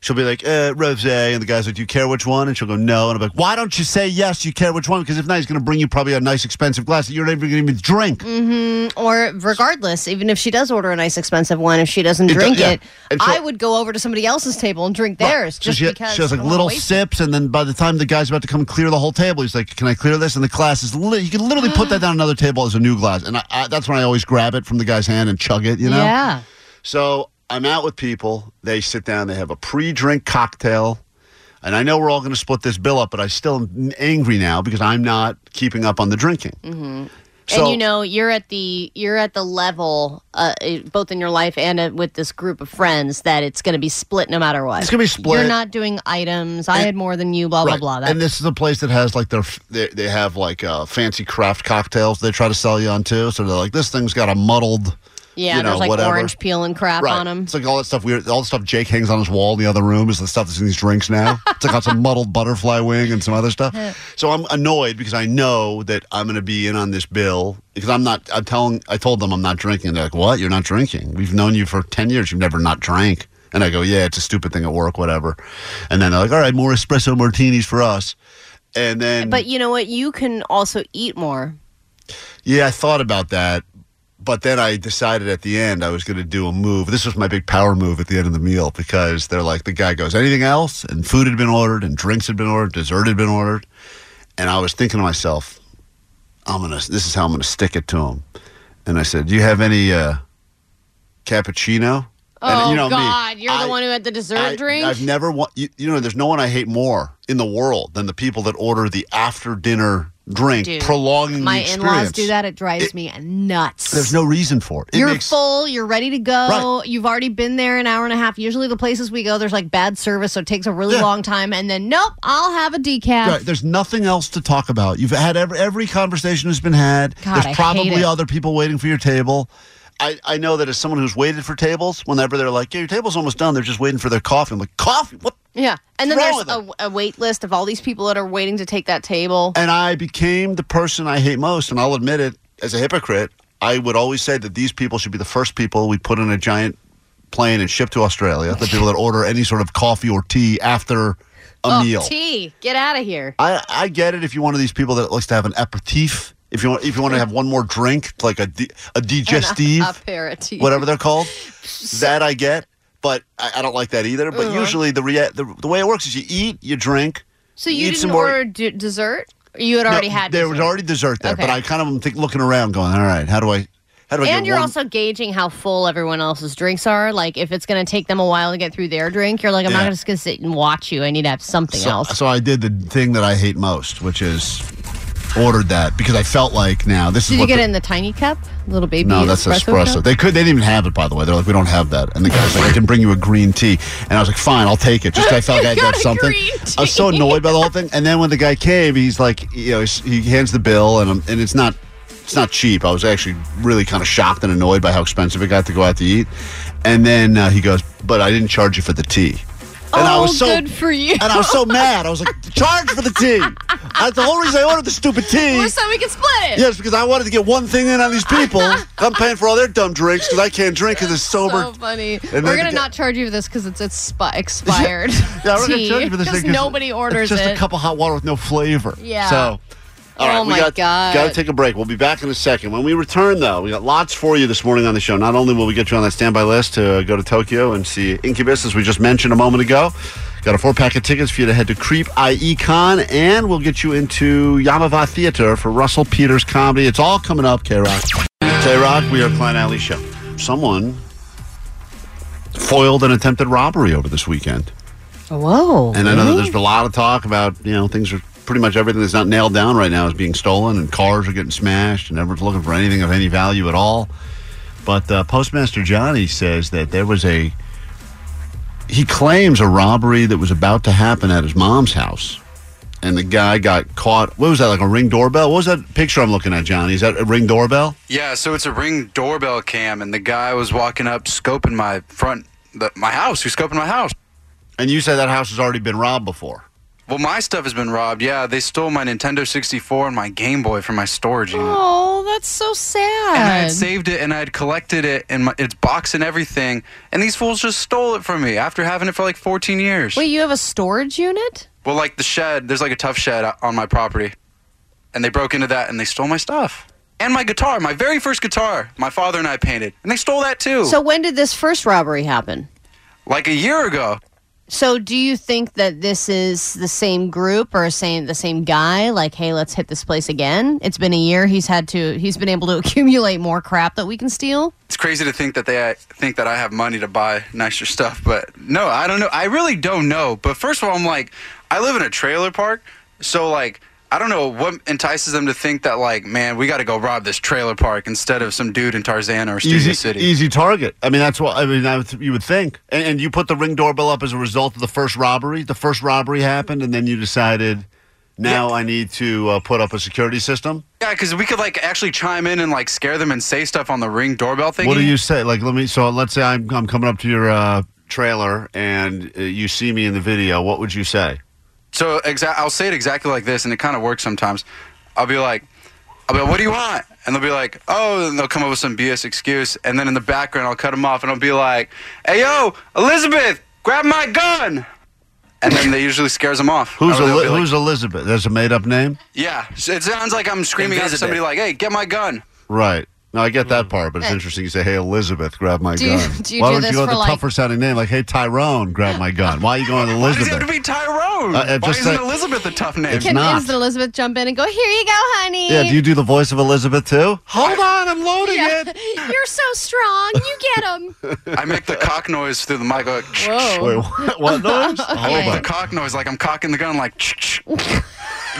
[SPEAKER 3] She'll be like, uh, rose. And the guy's like, do you care which one? And she'll go, no. And I'm like, why don't you say yes? You care which one? Because if not, he's going to bring you probably a nice, expensive glass that you're not even going to even drink.
[SPEAKER 5] hmm Or regardless, even if she does order a nice expensive one, if she doesn't
[SPEAKER 3] It do-
[SPEAKER 5] drink
[SPEAKER 3] yeah.
[SPEAKER 5] it,
[SPEAKER 3] And so-
[SPEAKER 5] I would go over to somebody else's table and drink theirs
[SPEAKER 3] So
[SPEAKER 5] just
[SPEAKER 3] she,
[SPEAKER 5] because.
[SPEAKER 3] she has
[SPEAKER 5] I
[SPEAKER 3] like
[SPEAKER 5] don't wanna
[SPEAKER 3] little
[SPEAKER 5] waste-
[SPEAKER 3] sips, and then by the time the guy's about to come and clear the whole table, he's like, "Can I clear this?" And the glass is lit. You can literally put that down another table as a new glass, and I, I, that's when I always grab it from the guy's hand and chug it. You know.
[SPEAKER 5] Yeah.
[SPEAKER 3] So I'm out with people. They sit down. They have a pre-drink cocktail, and I know we're all going to split this bill up, but I still am angry now because I'm not keeping up on the drinking.
[SPEAKER 5] Mhm.
[SPEAKER 3] So-
[SPEAKER 5] and you know you're at the you're at the level uh, eh, both in your life and uh, with this group of friends that it's going to be split no matter what.
[SPEAKER 3] It's gonna be split.
[SPEAKER 5] You're not doing items. I
[SPEAKER 3] And-
[SPEAKER 5] had more than you. Blah
[SPEAKER 3] Right.
[SPEAKER 5] blah blah.
[SPEAKER 3] And this is a place that has like their f- they, they have like uh, fancy craft cocktails they try to sell you on too. So they're like, this thing's got a muddled.
[SPEAKER 5] yeah,
[SPEAKER 3] you know,
[SPEAKER 5] there's like
[SPEAKER 3] whatever.
[SPEAKER 5] orange peel and crap
[SPEAKER 3] right.
[SPEAKER 5] on them.
[SPEAKER 3] It's like all that stuff weird. All the stuff Jake hangs on his wall in the other room is the stuff that's in these drinks now. it's like got some muddled butterfly wing and some other stuff. So I'm annoyed because I know that I'm going to be in on this bill because I'm not. I'm telling. I told them I'm not drinking. They're like, "What? You're not drinking? We've known you for ten years. You've never not drank." And I go, "Yeah, it's a stupid thing at work, whatever." And then they're like, "All right, more espresso martinis for us." And then,
[SPEAKER 5] But you know what? You can also eat more.
[SPEAKER 3] yeah, I thought about that, but then I decided at the end I was going to do a move. This was my big power move at the end of the meal because they're like, the guy goes, anything else? And food had been ordered, and drinks had been ordered, dessert had been ordered. And I was thinking to myself, I'm going to, this is how I'm going to stick it to him. And I said, do you have any uh, cappuccino?
[SPEAKER 5] Oh
[SPEAKER 3] and you know
[SPEAKER 5] God!
[SPEAKER 3] me,
[SPEAKER 5] You're
[SPEAKER 3] I-
[SPEAKER 5] the one who had the dessert
[SPEAKER 3] I,
[SPEAKER 5] drink.
[SPEAKER 3] I've never wa- you, you know, there's no one I hate more in the world than the people that order the after dinner drink,
[SPEAKER 5] Dude,
[SPEAKER 3] prolonging
[SPEAKER 5] My
[SPEAKER 3] Mm, the
[SPEAKER 5] in
[SPEAKER 3] experience.
[SPEAKER 5] laws do that. It drives me nuts.
[SPEAKER 3] There's no reason for it. It
[SPEAKER 5] you're
[SPEAKER 3] makes
[SPEAKER 5] full. You're ready to go. You've already been there an hour and a half. Usually, the places we go, there's like bad service, so it takes a really long time. And then, nope, I'll have a decaf.
[SPEAKER 3] Right, there's nothing else to talk about. You've had every, every conversation has been had.
[SPEAKER 5] God, I hate
[SPEAKER 3] there's probably
[SPEAKER 5] it.
[SPEAKER 3] other people waiting for your table. I, I know that as someone who's waited for tables, whenever they're like, yeah, your table's almost done, they're just waiting for their coffee. I'm like, coffee? What?
[SPEAKER 5] Yeah. And then
[SPEAKER 3] Wrong
[SPEAKER 5] there's
[SPEAKER 3] with
[SPEAKER 5] a, a wait list of all these people that are waiting to take that table.
[SPEAKER 3] And I became the person I hate most, and I'll admit it as a hypocrite. I would always say that these people should be the first people we put in a giant plane and ship to Australia. The people that order any sort of coffee or tea after a
[SPEAKER 5] oh,
[SPEAKER 3] meal.
[SPEAKER 5] tea. Get out of here.
[SPEAKER 3] I, I get it if you're one of these people that likes to have an aperitif. If you want, if you want to have one more drink, like a di- a digestive,
[SPEAKER 5] aperitif.
[SPEAKER 3] whatever they're called, that I get. But I, I don't like that either. But
[SPEAKER 5] Uh-huh.
[SPEAKER 3] usually the, rea- the the way it works is you eat, you drink.
[SPEAKER 5] So you
[SPEAKER 3] eat
[SPEAKER 5] didn't
[SPEAKER 3] some more-
[SPEAKER 5] order d- dessert? You had
[SPEAKER 3] No,
[SPEAKER 5] already had
[SPEAKER 3] There
[SPEAKER 5] dessert.
[SPEAKER 3] was already dessert there, but
[SPEAKER 5] Okay.
[SPEAKER 3] I kind of am think, looking around, going, "All right, how do I, how do I
[SPEAKER 5] and
[SPEAKER 3] get
[SPEAKER 5] you're
[SPEAKER 3] one?"
[SPEAKER 5] also gauging how full everyone else's drinks are. Like, if it's going to take them a while to get through their drink, you're like, I'm
[SPEAKER 3] Yeah.
[SPEAKER 5] not just going to sit and watch you. I need to have something
[SPEAKER 3] so,
[SPEAKER 5] else.
[SPEAKER 3] so I did the thing that I hate most, which is ordered that because I felt like now this
[SPEAKER 5] Did
[SPEAKER 3] is
[SPEAKER 5] you
[SPEAKER 3] what
[SPEAKER 5] get
[SPEAKER 3] the-
[SPEAKER 5] it in the tiny cup? Little baby
[SPEAKER 3] No, that's
[SPEAKER 5] espresso.
[SPEAKER 3] espresso.
[SPEAKER 5] cup?
[SPEAKER 3] They could. They didn't even have it, by the way. They're like, we don't have that. And the guy's like, I can bring you a green tea. And I was like, fine, I'll take it. Just 'cause I felt like I had to have
[SPEAKER 5] Got a
[SPEAKER 3] something.
[SPEAKER 5] green
[SPEAKER 3] I was so
[SPEAKER 5] tea.
[SPEAKER 3] annoyed by the whole thing. And then when the guy came, he's like, you know, he's- he hands the bill, and i and it's not, it's not cheap. I was actually really kind of shocked and annoyed by how expensive it got to go out to eat. And then uh, he goes, but I didn't charge you for the tea. And I
[SPEAKER 5] Oh,
[SPEAKER 3] was so
[SPEAKER 5] good for you.
[SPEAKER 3] And I was so mad. I was like, charge for the tea. That's the whole reason I ordered the stupid tea.
[SPEAKER 5] Well, so we can split it.
[SPEAKER 3] Yes, because I wanted to get one thing in on these people. I'm paying for all their dumb drinks because I can't drink because it's sober.
[SPEAKER 5] So funny.
[SPEAKER 3] then
[SPEAKER 5] we're
[SPEAKER 3] the
[SPEAKER 5] gonna
[SPEAKER 3] guy-
[SPEAKER 5] not charge you for this because it's it's spi- expired.
[SPEAKER 3] Yeah, we're gonna
[SPEAKER 5] tea,
[SPEAKER 3] charge you for this
[SPEAKER 5] because
[SPEAKER 3] thing 'cause
[SPEAKER 5] nobody orders
[SPEAKER 3] it's just
[SPEAKER 5] it.
[SPEAKER 3] a cup of hot water with no flavor.
[SPEAKER 5] Yeah.
[SPEAKER 3] So, all right,
[SPEAKER 5] Oh
[SPEAKER 3] we
[SPEAKER 5] my
[SPEAKER 3] got
[SPEAKER 5] God.
[SPEAKER 3] got to take a break. We'll be back in a second. When we return, though, we got lots for you this morning on the show. Not only will we get you on that standby list to uh, go to Tokyo and see Incubus, as we just mentioned a moment ago, got a four pack of tickets for you to head to Creep IE Con, and we'll get you into Yamava Theater for Russell Peters comedy. It's all coming up, K Rock. K Rock, we are Klein Alley Show. Someone foiled an attempted robbery over this weekend.
[SPEAKER 5] Whoa!
[SPEAKER 3] And I know that there's been a lot of talk about, you know, things are pretty much everything that's not nailed down right now is being stolen and cars are getting smashed and everyone's looking for anything of any value at all. But uh, Postmaster Johnny says that there was a, he claims a robbery that was about to happen at his mom's house. And the guy got caught. What was that, like a ring doorbell? What was that picture I'm looking at, Johnny? Is that a ring doorbell?
[SPEAKER 10] Yeah, so it's a ring doorbell cam, and the guy was walking up, scoping my front, the, my house. He's scoping my house.
[SPEAKER 3] And you said that house has already been robbed before.
[SPEAKER 10] Well, my stuff has been robbed. Yeah, they stole my Nintendo 64 and my Game Boy from my storage unit.
[SPEAKER 5] oh, that's so sad.
[SPEAKER 10] And I had saved it, and I had collected it, and my, its box and everything. And these fools just stole it from me after having it for like 14 years.
[SPEAKER 5] Wait, you have a storage unit?
[SPEAKER 10] Well, like the shed, there's like a tough shed o- on my property, and they broke into that and they stole my stuff and my guitar, my very first guitar. My father and I painted, and they stole that too.
[SPEAKER 5] So when did this first robbery happen?
[SPEAKER 10] like a year ago.
[SPEAKER 5] So do you think that this is the same group or same the same guy? Like, hey, let's hit this place again. It's been a year. He's had to. He's been able to accumulate more crap that we can steal.
[SPEAKER 10] It's crazy to think that they I think that I have money to buy nicer stuff, but no, I don't know. I really don't know. But first of all, I'm like, I live in a trailer park, so like, I don't know what entices them to think that like, man, we got to go rob this trailer park instead of some dude in Tarzana or Studio
[SPEAKER 3] easy,
[SPEAKER 10] City.
[SPEAKER 3] easy target. I mean, that's what I mean. I would, you would think, and, and you put the ring doorbell up as a result of the first robbery. The first robbery happened, and then you decided, now I need to uh, put up a security system.
[SPEAKER 10] Yeah, because we could like actually chime in and like scare them and say stuff on the ring doorbell thing.
[SPEAKER 3] What do you say? Like, let me. So let's say I'm, I'm coming up to your uh, trailer, and uh, you see me in the video. What would you say?
[SPEAKER 10] So exa- I'll say it exactly like this, and it kind of works sometimes. I'll be like, I'll be like, what do you want? And they'll be like, oh, and they'll come up with some BS excuse, and then in the background I'll cut them off, and I'll be like, hey yo, Elizabeth, grab my gun. And then they usually scares them off.
[SPEAKER 3] Who's
[SPEAKER 10] Or they'll
[SPEAKER 3] Eli-
[SPEAKER 10] be like-
[SPEAKER 3] Who's Elizabeth? That's a made up name,
[SPEAKER 10] Yeah, so it sounds like I'm screaming at
[SPEAKER 3] Elizabeth.
[SPEAKER 10] somebody like, hey, get my gun.
[SPEAKER 3] right? No, I get that part, but it's interesting. You say, "Hey, Elizabeth, grab my
[SPEAKER 10] Mm. Do you-
[SPEAKER 3] gun."
[SPEAKER 10] do you
[SPEAKER 3] Why
[SPEAKER 10] do
[SPEAKER 3] don't
[SPEAKER 10] this
[SPEAKER 3] you go
[SPEAKER 10] for,
[SPEAKER 3] with a
[SPEAKER 10] like-
[SPEAKER 3] tougher sounding name, like, "Hey, Tyrone, grab my gun"? Why are you going with
[SPEAKER 10] Why does it
[SPEAKER 3] Elizabeth?
[SPEAKER 10] have to be Tyrone?
[SPEAKER 3] Uh, uh,
[SPEAKER 10] Why
[SPEAKER 3] just
[SPEAKER 10] isn't
[SPEAKER 3] like-
[SPEAKER 10] Elizabeth a tough name?
[SPEAKER 3] It's
[SPEAKER 5] can
[SPEAKER 3] not.
[SPEAKER 5] Instant Elizabeth jump in and go? Here you go, honey.
[SPEAKER 3] Yeah, do you do the voice of Elizabeth too? Hold on, I'm loading
[SPEAKER 5] it. You're so strong. You get him.
[SPEAKER 10] I make the cock noise through the mic. Like,
[SPEAKER 5] Whoa.
[SPEAKER 3] Wait, what, what noise?
[SPEAKER 10] I
[SPEAKER 3] Hold
[SPEAKER 10] make
[SPEAKER 3] on.
[SPEAKER 10] the cock noise like I'm cocking the gun, like.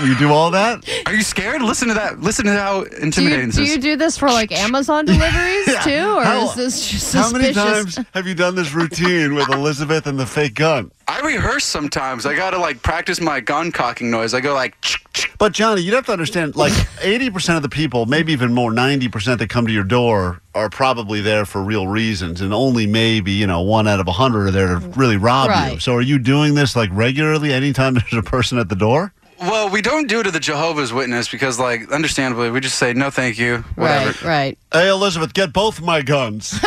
[SPEAKER 3] You do all that?
[SPEAKER 10] Are you scared? Listen to that. Listen to how
[SPEAKER 5] Do
[SPEAKER 10] intimidating
[SPEAKER 5] you,
[SPEAKER 10] this
[SPEAKER 5] do you
[SPEAKER 10] is.
[SPEAKER 5] do this for like Amazon deliveries
[SPEAKER 3] Yeah.
[SPEAKER 5] too, or
[SPEAKER 3] How-
[SPEAKER 5] is this just
[SPEAKER 3] How many
[SPEAKER 5] suspicious?
[SPEAKER 3] times have you done this routine with Elizabeth and the fake gun?
[SPEAKER 10] I rehearse sometimes. I gotta like practice my gun cocking noise. I go like,
[SPEAKER 3] But Johnny, you'd have to understand, like eighty percent of the people, maybe even more, ninety percent that come to your door are probably there for real reasons, and only maybe you know one out of hundred are there to really rob you.
[SPEAKER 10] Right.
[SPEAKER 3] So, are you doing this like regularly? Anytime there's a person at the door,
[SPEAKER 10] well, we don't do it to the Jehovah's Witness because, like, understandably, we just say no, thank you, whatever.
[SPEAKER 5] Right, right.
[SPEAKER 3] Hey, Elizabeth, get both of my guns.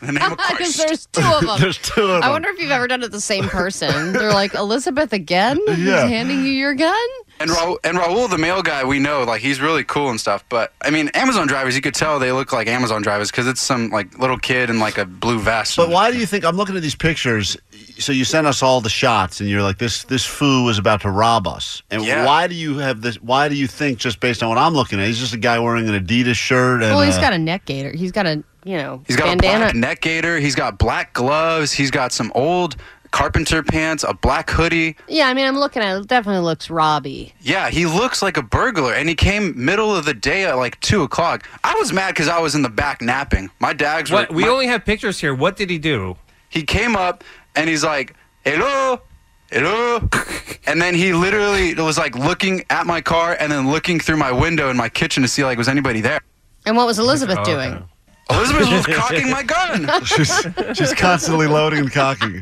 [SPEAKER 5] Because there's two of them.
[SPEAKER 3] There's two of
[SPEAKER 5] I
[SPEAKER 3] them.
[SPEAKER 5] wonder if you've ever done it to the same person. They're like Elizabeth again. Who's
[SPEAKER 10] Yeah.
[SPEAKER 5] handing you your gun?
[SPEAKER 10] And Raul, and Raul, the mail guy, we know, like he's really cool and stuff. But I mean, Amazon drivers, you could tell they look like Amazon drivers because it's some like little kid in like a blue vest.
[SPEAKER 3] But why do you think I'm looking at these pictures? So you sent us all the shots, and you're like, "This this foo is about to rob us." And
[SPEAKER 10] Yeah.
[SPEAKER 3] why do you have this? Why do you think just based on what I'm looking at, he's just a guy wearing an Adidas shirt? And uh,
[SPEAKER 5] well, he's
[SPEAKER 3] a-
[SPEAKER 5] got a neck gaiter. He's got a you know
[SPEAKER 10] He's got
[SPEAKER 5] bandana.
[SPEAKER 10] a black neck gaiter. He's got black gloves. He's got some old carpenter pants, a black hoodie.
[SPEAKER 5] yeah, I mean, I'm looking at it. it. Definitely looks Robbie.
[SPEAKER 10] Yeah, he looks like a burglar, and he came middle of the day at like two o'clock. I was mad because I was in the back napping. My dags
[SPEAKER 6] What,
[SPEAKER 10] were.
[SPEAKER 6] we
[SPEAKER 10] my-
[SPEAKER 6] only have pictures here. What did he do?
[SPEAKER 10] He came up and he's like, "Hello, hello," and then he literally was like looking at my car and then looking through my window in my kitchen to see like was anybody there.
[SPEAKER 5] And what was Elizabeth
[SPEAKER 10] Oh,
[SPEAKER 5] doing?
[SPEAKER 10] Elizabeth was cocking my gun.
[SPEAKER 3] she's, she's constantly loading and cocking.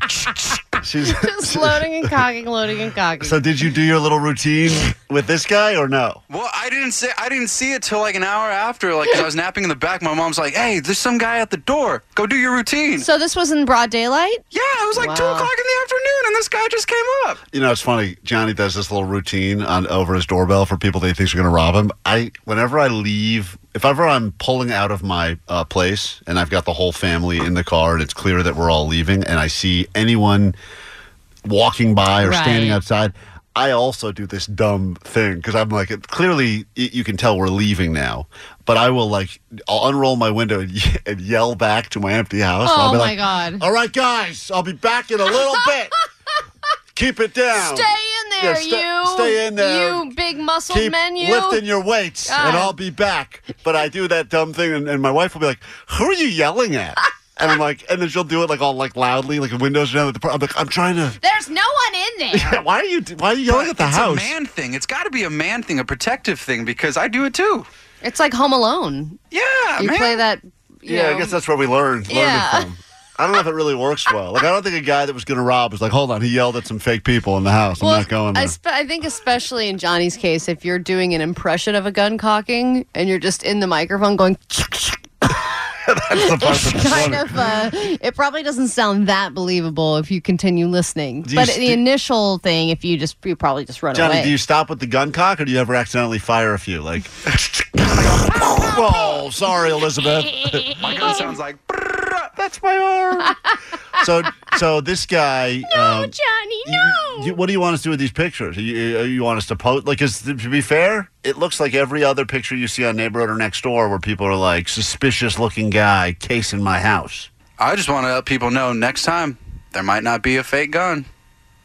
[SPEAKER 3] She's
[SPEAKER 5] Just loading and cocking, loading and cocking.
[SPEAKER 3] So did you do your little routine with this guy or no?
[SPEAKER 10] Well, I didn't see I didn't see it till like an hour after, like 'cause I was napping in the back. My mom's like, "Hey, there's some guy at the door. Go do your routine."
[SPEAKER 5] So this was in broad daylight?
[SPEAKER 10] Yeah, it was like two o'clock in the afternoon, and this guy just came up.
[SPEAKER 3] You know, it's funny. Johnny does this little routine on over his doorbell for people that he thinks are going to rob him. I, whenever I leave, if ever I'm pulling out of my uh, place and I've got the whole family in the car and it's clear that we're all leaving, and I see anyone walking by or
[SPEAKER 23] Right.
[SPEAKER 3] standing outside. I also do this dumb thing because I'm like, it- clearly y- you can tell we're leaving now, but I will like, I'll unroll my window and, ye- and yell back to my empty house. I'll
[SPEAKER 5] Oh
[SPEAKER 3] be
[SPEAKER 5] my
[SPEAKER 3] like,
[SPEAKER 5] god.
[SPEAKER 3] All right, guys, I'll be back in a little bit. Keep it down.
[SPEAKER 5] Stay in there,
[SPEAKER 3] Yeah, sta-
[SPEAKER 5] you.
[SPEAKER 3] Stay in there.
[SPEAKER 5] You big muscled
[SPEAKER 3] Keep
[SPEAKER 5] men, you.
[SPEAKER 3] lifting your weights, and
[SPEAKER 5] God.
[SPEAKER 3] I'll be back. But I do that dumb thing, and, and my wife will be like, "Who are you yelling at?" And I'm like, and then she'll do it like all like loudly, like the windows down. At the, par- I'm like, I'm trying to.
[SPEAKER 5] There's no one in there.
[SPEAKER 3] Why are you? Why are you yelling at the
[SPEAKER 10] it's
[SPEAKER 3] house?
[SPEAKER 10] a man thing. It's got to be a man thing, a protective thing, because I do it too.
[SPEAKER 5] It's like Home Alone.
[SPEAKER 10] Yeah,
[SPEAKER 5] you
[SPEAKER 3] man.
[SPEAKER 5] play that. you
[SPEAKER 3] yeah, I
[SPEAKER 5] know.
[SPEAKER 3] guess that's where we learned, learned
[SPEAKER 5] Yeah.
[SPEAKER 3] it from. I don't know if it really works well. Like, I don't think a guy that was going to rob was like, hold on, he yelled at some fake people in the house. I'm
[SPEAKER 5] Well,
[SPEAKER 3] not going
[SPEAKER 5] I,
[SPEAKER 3] there.
[SPEAKER 5] spe- I think especially in Johnny's case, if you're doing an impression of a gun cocking and you're just in the microphone going,
[SPEAKER 3] That's the part that's
[SPEAKER 5] kind
[SPEAKER 3] funny.
[SPEAKER 5] of, uh, it probably doesn't sound that believable if you continue listening.
[SPEAKER 3] Do you
[SPEAKER 5] but
[SPEAKER 3] st-
[SPEAKER 5] the initial thing, if you just, you probably just run
[SPEAKER 3] Johnny,
[SPEAKER 5] away.
[SPEAKER 3] do you stop with the gun cock or do you ever accidentally fire a few? Like, oh, sorry, Elizabeth.
[SPEAKER 10] My gun sounds like.
[SPEAKER 3] That's my arm. so, so this guy. No,
[SPEAKER 5] Johnny,
[SPEAKER 3] Oh, no. what do you want us to do with these pictures? You, uh, you want us to post? Like, is, to be fair, it looks like every other picture you see on neighborhood or next door, where people are like suspicious-looking guy casing my house.
[SPEAKER 10] I just want to let people know next time there might not be a fake gun.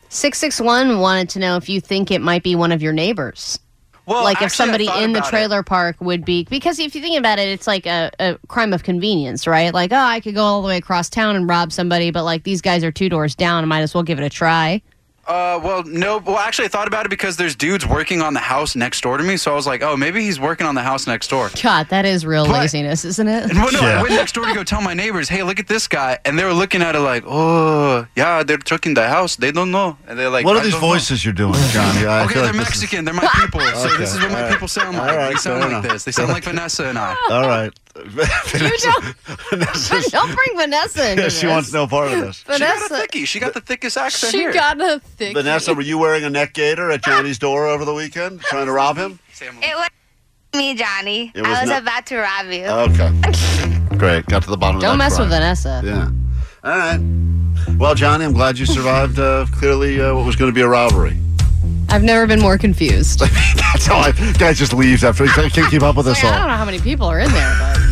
[SPEAKER 5] 661 wanted to know if you think it might be one of your neighbors.
[SPEAKER 10] Well,
[SPEAKER 5] like
[SPEAKER 10] actually, I
[SPEAKER 5] if somebody
[SPEAKER 10] thought
[SPEAKER 5] in the
[SPEAKER 10] about it.
[SPEAKER 5] trailer park would be because if you think about it, it's like a, a crime of convenience, right? Like, oh, I could go all the way across town and rob somebody, but like these guys are two doors down, I might as well give it a try.
[SPEAKER 10] Uh, well, no. Well, actually, I thought about it because there's dudes working on the house next door to me, so I was like, oh, maybe he's working on the house next door.
[SPEAKER 5] God, that is real laziness, isn't it?
[SPEAKER 10] And well, no, I went next door to go tell my neighbors, hey, look at this guy, and they were looking at it like, oh, yeah, they're taking the house. They don't know, and they're like,
[SPEAKER 3] what
[SPEAKER 10] "I
[SPEAKER 3] are these
[SPEAKER 10] don't know."
[SPEAKER 3] voices you're doing, Johnny? I
[SPEAKER 10] okay,
[SPEAKER 3] feel
[SPEAKER 10] they're
[SPEAKER 3] like this is-
[SPEAKER 10] Mexican. They're my people. So
[SPEAKER 3] Okay,
[SPEAKER 10] this is what my
[SPEAKER 3] all right.
[SPEAKER 10] people sound like.
[SPEAKER 3] All right,
[SPEAKER 10] they sound
[SPEAKER 3] fair
[SPEAKER 10] like
[SPEAKER 3] enough.
[SPEAKER 10] this. They sound like Vanessa and I.
[SPEAKER 3] All right. Vanessa's-
[SPEAKER 5] Don't bring Vanessa into
[SPEAKER 3] Yeah, she
[SPEAKER 5] this.
[SPEAKER 3] wants no part of this.
[SPEAKER 10] she got a thickie. She got the thickest accent
[SPEAKER 5] She
[SPEAKER 10] here.
[SPEAKER 5] got a thick.
[SPEAKER 3] Vanessa, were you wearing a neck gaiter at Johnny's door over the weekend, trying to rob him?
[SPEAKER 14] It was me, Johnny.
[SPEAKER 3] It was
[SPEAKER 14] I was
[SPEAKER 3] not-
[SPEAKER 14] about to rob you.
[SPEAKER 3] Okay. Great. Got to the bottom
[SPEAKER 5] Don't
[SPEAKER 3] of that.
[SPEAKER 5] mess with
[SPEAKER 3] crime.
[SPEAKER 5] Vanessa.
[SPEAKER 3] Yeah. All right. Well, Johnny, I'm glad you survived uh, clearly uh, what was going to be a robbery.
[SPEAKER 5] I've never been more confused.
[SPEAKER 3] That's how I, guy just leaves after. I can't keep up with this
[SPEAKER 5] I
[SPEAKER 3] all.
[SPEAKER 5] don't know how many people are in there, but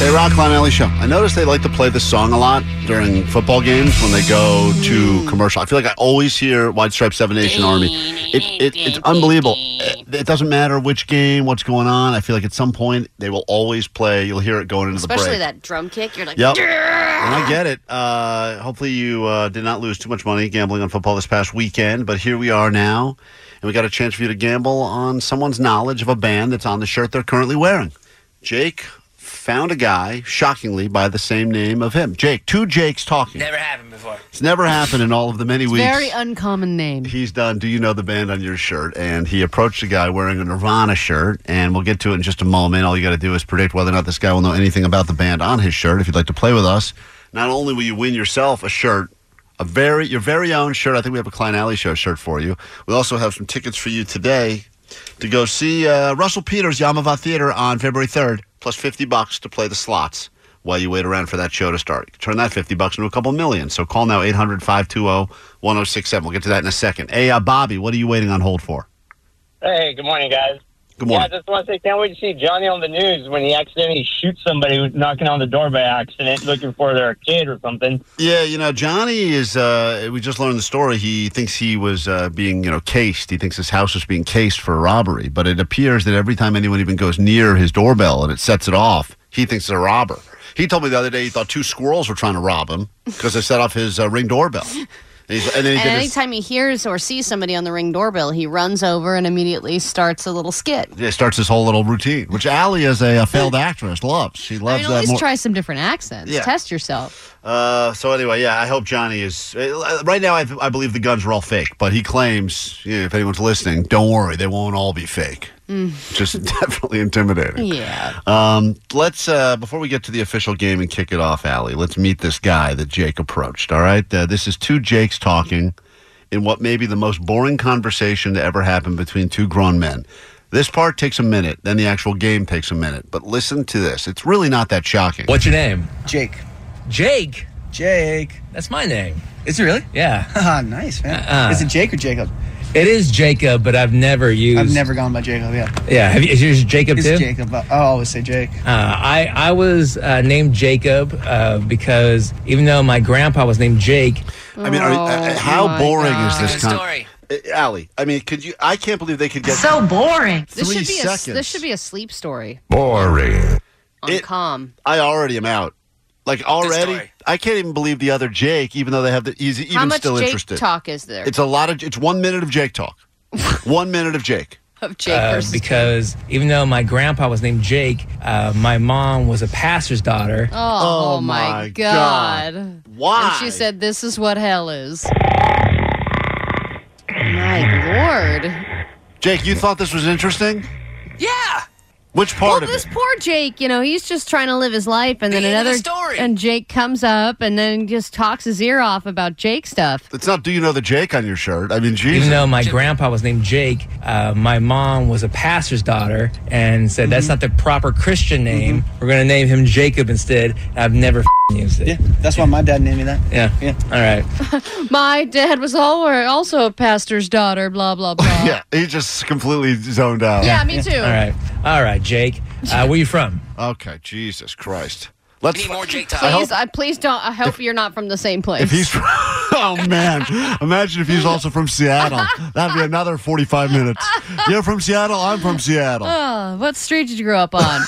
[SPEAKER 3] Hey, Rock Lonelli Show. I noticed they like to play this song a lot during football games when they go to commercial. I feel like I always hear White Stripes, Seven Nation Army. It, it, it's unbelievable. It, it doesn't matter which game, what's going on. I feel like at some point they will always play. You'll hear it going into the break.
[SPEAKER 5] Especially that drum kick. You're like,
[SPEAKER 3] Yep. And I get it. Uh, hopefully, you uh, did not lose too much money gambling on football this past weekend, but here we are now, and we got a chance for you to gamble on someone's knowledge of a band that's on the shirt they're currently wearing. Jake found a guy, shockingly, by the same name of him. Jake. Two Jakes talking.
[SPEAKER 7] Never happened before.
[SPEAKER 3] It's never happened in all of the many weeks.
[SPEAKER 5] Very uncommon name.
[SPEAKER 3] He's done. Do you know the band on your shirt? And he approached a guy wearing a Nirvana shirt, and we'll get to it in just a moment. All you got to do is predict whether or not this guy will know anything about the band on his shirt. If you'd like to play with us, not only will you win yourself a shirt, a very your very own shirt. I think we have a Klein Alley Show shirt for you. We also have some tickets for you today to go see uh, Russell Peters Yamava Theater on February third, plus fifty bucks to play the slots. While you wait around for that show to start, You can turn that 50 bucks into a couple million. So call now 800 520 1067. We'll get to that in a second. Hey, uh, Bobby, what are you waiting on hold for?
[SPEAKER 24] Hey, good morning, guys.
[SPEAKER 3] Good morning.
[SPEAKER 24] Yeah, I just want to say, can't wait to see Johnny on the news when he accidentally shoots somebody who's knocking on the door by accident, looking for their kid or something.
[SPEAKER 3] Yeah, you know, Johnny is, uh, we just learned the story. He thinks he was uh, being, you know, cased. He thinks his house was being cased for a robbery, but it appears that every time anyone even goes near his doorbell and it sets it off, he thinks it's a robber. He told me the other day he thought two squirrels were trying to rob him because they set off his uh, ring doorbell. And, he's, and then he
[SPEAKER 5] And
[SPEAKER 3] did his,
[SPEAKER 5] anytime he hears or sees somebody on the ring doorbell, he runs over and immediately starts a little skit.
[SPEAKER 3] yeah, starts his whole little routine, which Allie is a, uh failed actress, loves. She
[SPEAKER 5] I
[SPEAKER 3] loves
[SPEAKER 5] mean, at
[SPEAKER 3] that
[SPEAKER 5] least
[SPEAKER 3] more.
[SPEAKER 5] try some different accents.
[SPEAKER 3] Yeah.
[SPEAKER 5] Test yourself.
[SPEAKER 3] Uh, so anyway, yeah, I hope Johnny is uh, right now. I, I believe the guns are all fake, but he claims yeah, if anyone's listening, don't worry, they won't all be fake. Just definitely intimidating.
[SPEAKER 5] Yeah.
[SPEAKER 3] Um, let's uh, before we get to the official game and kick it off, Allie. Let's meet this guy that Jake approached. All right, uh, this is two Jakes talking in what may be the most boring conversation to ever happen between two grown men. This part takes a minute, then the actual game takes a minute. But listen to this; it's really not that shocking.
[SPEAKER 7] What's your name?
[SPEAKER 21] Jake.
[SPEAKER 7] Jake.
[SPEAKER 21] Jake.
[SPEAKER 7] That's my name. Is it really? Yeah.
[SPEAKER 21] Ah, nice, man.
[SPEAKER 7] Uh-uh.
[SPEAKER 21] Is it Jake or Jacob?
[SPEAKER 7] It is Jacob, but I've never used.
[SPEAKER 21] I've never gone by Jacob, yeah.
[SPEAKER 7] Yeah, have you, is yours Jacob
[SPEAKER 21] It's
[SPEAKER 7] too?
[SPEAKER 21] Jacob. I I always say Jake.
[SPEAKER 7] Uh, I I was uh, named Jacob uh, because even though my grandpa was named Jake.
[SPEAKER 3] I mean, are, uh, how boring is this con- Uh, Allie, I mean, could you? I can't believe they could get
[SPEAKER 7] So boring.
[SPEAKER 3] Three
[SPEAKER 5] This should be
[SPEAKER 3] seconds.
[SPEAKER 5] a this should be a sleep story.
[SPEAKER 3] boring.
[SPEAKER 5] On calm.
[SPEAKER 3] I already am out. Like already, I can't even believe the other Jake, even though they have the he's even
[SPEAKER 5] How much
[SPEAKER 3] still
[SPEAKER 5] Jake
[SPEAKER 3] interested.
[SPEAKER 5] talk is there?
[SPEAKER 3] It's a lot of. It's one minute of Jake talk. one minute of Jake.
[SPEAKER 5] of Jake
[SPEAKER 3] Um,
[SPEAKER 7] Uh,
[SPEAKER 5] versus
[SPEAKER 7] because even though my grandpa was named Jake, uh, my mom was a pastor's daughter.
[SPEAKER 5] Oh,
[SPEAKER 7] Oh
[SPEAKER 5] my,
[SPEAKER 7] my
[SPEAKER 5] god.
[SPEAKER 3] Why?
[SPEAKER 5] And she said this is what hell is. My lord.
[SPEAKER 3] Jake, you thought this was interesting? Yeah. Which
[SPEAKER 5] well,
[SPEAKER 3] part of
[SPEAKER 5] this
[SPEAKER 3] it?
[SPEAKER 5] poor Jake, you know, he's just trying to live his life, and then
[SPEAKER 7] The end of
[SPEAKER 5] another
[SPEAKER 7] the story.
[SPEAKER 5] and Jake comes up and then just talks his ear off about Jake stuff.
[SPEAKER 3] It's not. Do you know the Jake on your shirt? I mean, Jesus.
[SPEAKER 7] Even though my grandpa was named Jake, uh, my mom was a pastor's daughter and said
[SPEAKER 21] Mm-hmm.
[SPEAKER 7] that's not the proper Christian name. We're going to name him Jacob instead. I've never f***ing used it. Yeah.
[SPEAKER 21] That's why my dad named me that.
[SPEAKER 7] Yeah. All right.
[SPEAKER 5] My dad was al- also a pastor's daughter. Blah blah blah.
[SPEAKER 3] yeah, he just completely zoned out.
[SPEAKER 5] Yeah, me too.
[SPEAKER 7] All right. All right, Jake. Uh, where you from?
[SPEAKER 3] Okay, Jesus Christ. Let's
[SPEAKER 7] need more Jake
[SPEAKER 5] Please, I please don't. I hope you're not from the same place.
[SPEAKER 3] If he's from, oh man, imagine if he's also from Seattle. That'd be another forty-five minutes. You're from Seattle. I'm from Seattle.
[SPEAKER 5] Oh, what street did you grow up on?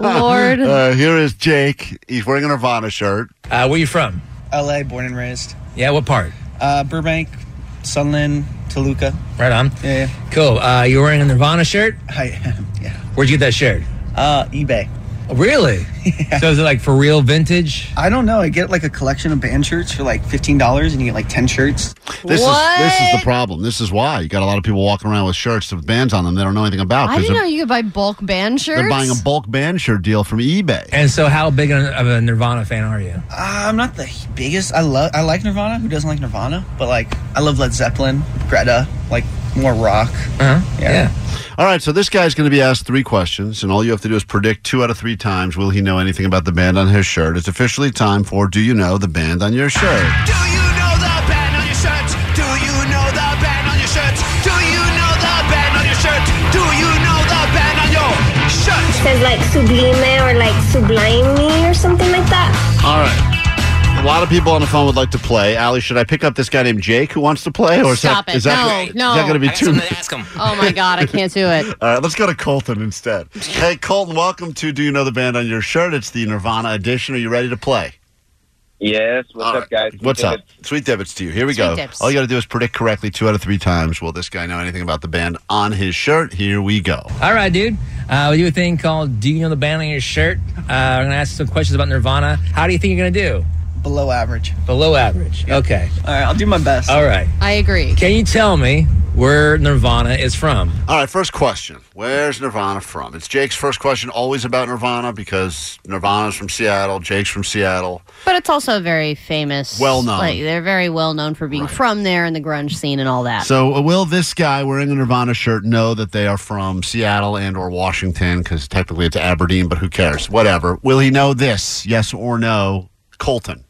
[SPEAKER 5] Lord.
[SPEAKER 3] Uh, here is Jake. He's wearing a Nirvana shirt.
[SPEAKER 7] Uh, where you from?
[SPEAKER 21] LA, born and raised.
[SPEAKER 7] Yeah, what part?
[SPEAKER 21] Uh, Burbank, Sunland, Toluca.
[SPEAKER 7] Right on.
[SPEAKER 21] Yeah, yeah.
[SPEAKER 7] Cool. Uh, you're wearing a Nirvana shirt?
[SPEAKER 21] I
[SPEAKER 7] Where'd you get that shirt? Oh,
[SPEAKER 21] Uh, eBay.
[SPEAKER 7] Really? So is it like for real vintage?
[SPEAKER 21] I don't know. I get like a collection of band shirts for like fifteen dollars, and you get like ten shirts.
[SPEAKER 3] This is this is the problem. This is why you got a lot of people walking around with shirts with bands on them they don't know anything about
[SPEAKER 5] I
[SPEAKER 3] because
[SPEAKER 5] didn't know
[SPEAKER 3] they're,
[SPEAKER 5] you could buy bulk band shirts.
[SPEAKER 3] they're buying a bulk band shirt deal from eBay.
[SPEAKER 7] And so, how big of a Nirvana fan are you?
[SPEAKER 21] I'm not the biggest. I love. I like Nirvana. Who doesn't like Nirvana? But like, I love Led Zeppelin, Greta, like more rock.
[SPEAKER 7] Uh-huh.
[SPEAKER 21] Yeah.
[SPEAKER 3] All right, so this guy's going to be asked three questions, and all you have to do is predict two out of three times will he know anything about the band on his shirt. It's officially time for Do You Know the Band on Your Shirt?
[SPEAKER 16] know the band on your shirts? Do you know the band on your shirts? Do you know the band on your shirts? Do you know the band on your shirts?
[SPEAKER 13] Says like Sublime or like like Sublime Me or something like that.
[SPEAKER 3] All right. A lot of people on the phone would like to play. Ali, should I pick up this guy named Jake who wants to play? Or is
[SPEAKER 5] Stop
[SPEAKER 3] that,
[SPEAKER 5] it.
[SPEAKER 3] is that,
[SPEAKER 5] No, no.
[SPEAKER 3] Is that going to
[SPEAKER 5] I
[SPEAKER 3] be
[SPEAKER 5] got
[SPEAKER 3] too
[SPEAKER 5] something to
[SPEAKER 3] ask him.
[SPEAKER 5] Oh my god, I can't do it.
[SPEAKER 3] All right, let's go to Colton instead. Hey, Colton, welcome to Do You Know the Band on Your Shirt? It's the Nirvana edition. Are you ready to play?
[SPEAKER 12] Yes. What's
[SPEAKER 3] All
[SPEAKER 12] up, guys?
[SPEAKER 3] What's up? Sweet debits to you. Here we
[SPEAKER 12] Sweet
[SPEAKER 3] go.
[SPEAKER 12] dips.
[SPEAKER 3] All you got to do is predict correctly two out of three times. Will this guy know anything about the band on his shirt? Here we go.
[SPEAKER 7] All right, dude. Uh, we do a thing called Do You Know the Band on Your Shirt? Uh, I'm going to ask you some questions about Nirvana. How do you think you're going to do?
[SPEAKER 21] Below average.
[SPEAKER 7] Below average. Okay.
[SPEAKER 21] All right, I'll do my best.
[SPEAKER 7] All right.
[SPEAKER 5] I agree.
[SPEAKER 7] Can you tell me where Nirvana is from?
[SPEAKER 3] All right, first question. Where's Nirvana from? It's Jake's first question, always about Nirvana because Nirvana's from Seattle, Jake's from Seattle.
[SPEAKER 5] But it's also very famous.
[SPEAKER 3] Well-known.
[SPEAKER 5] Like, they're very well known for being from there and the grunge scene and all that.
[SPEAKER 3] So, uh, will this guy wearing a Nirvana shirt know that they are from Seattle and or Washington cuz technically it's Aberdeen, but who cares? Whatever. Will he know this? Yes or no? Colton.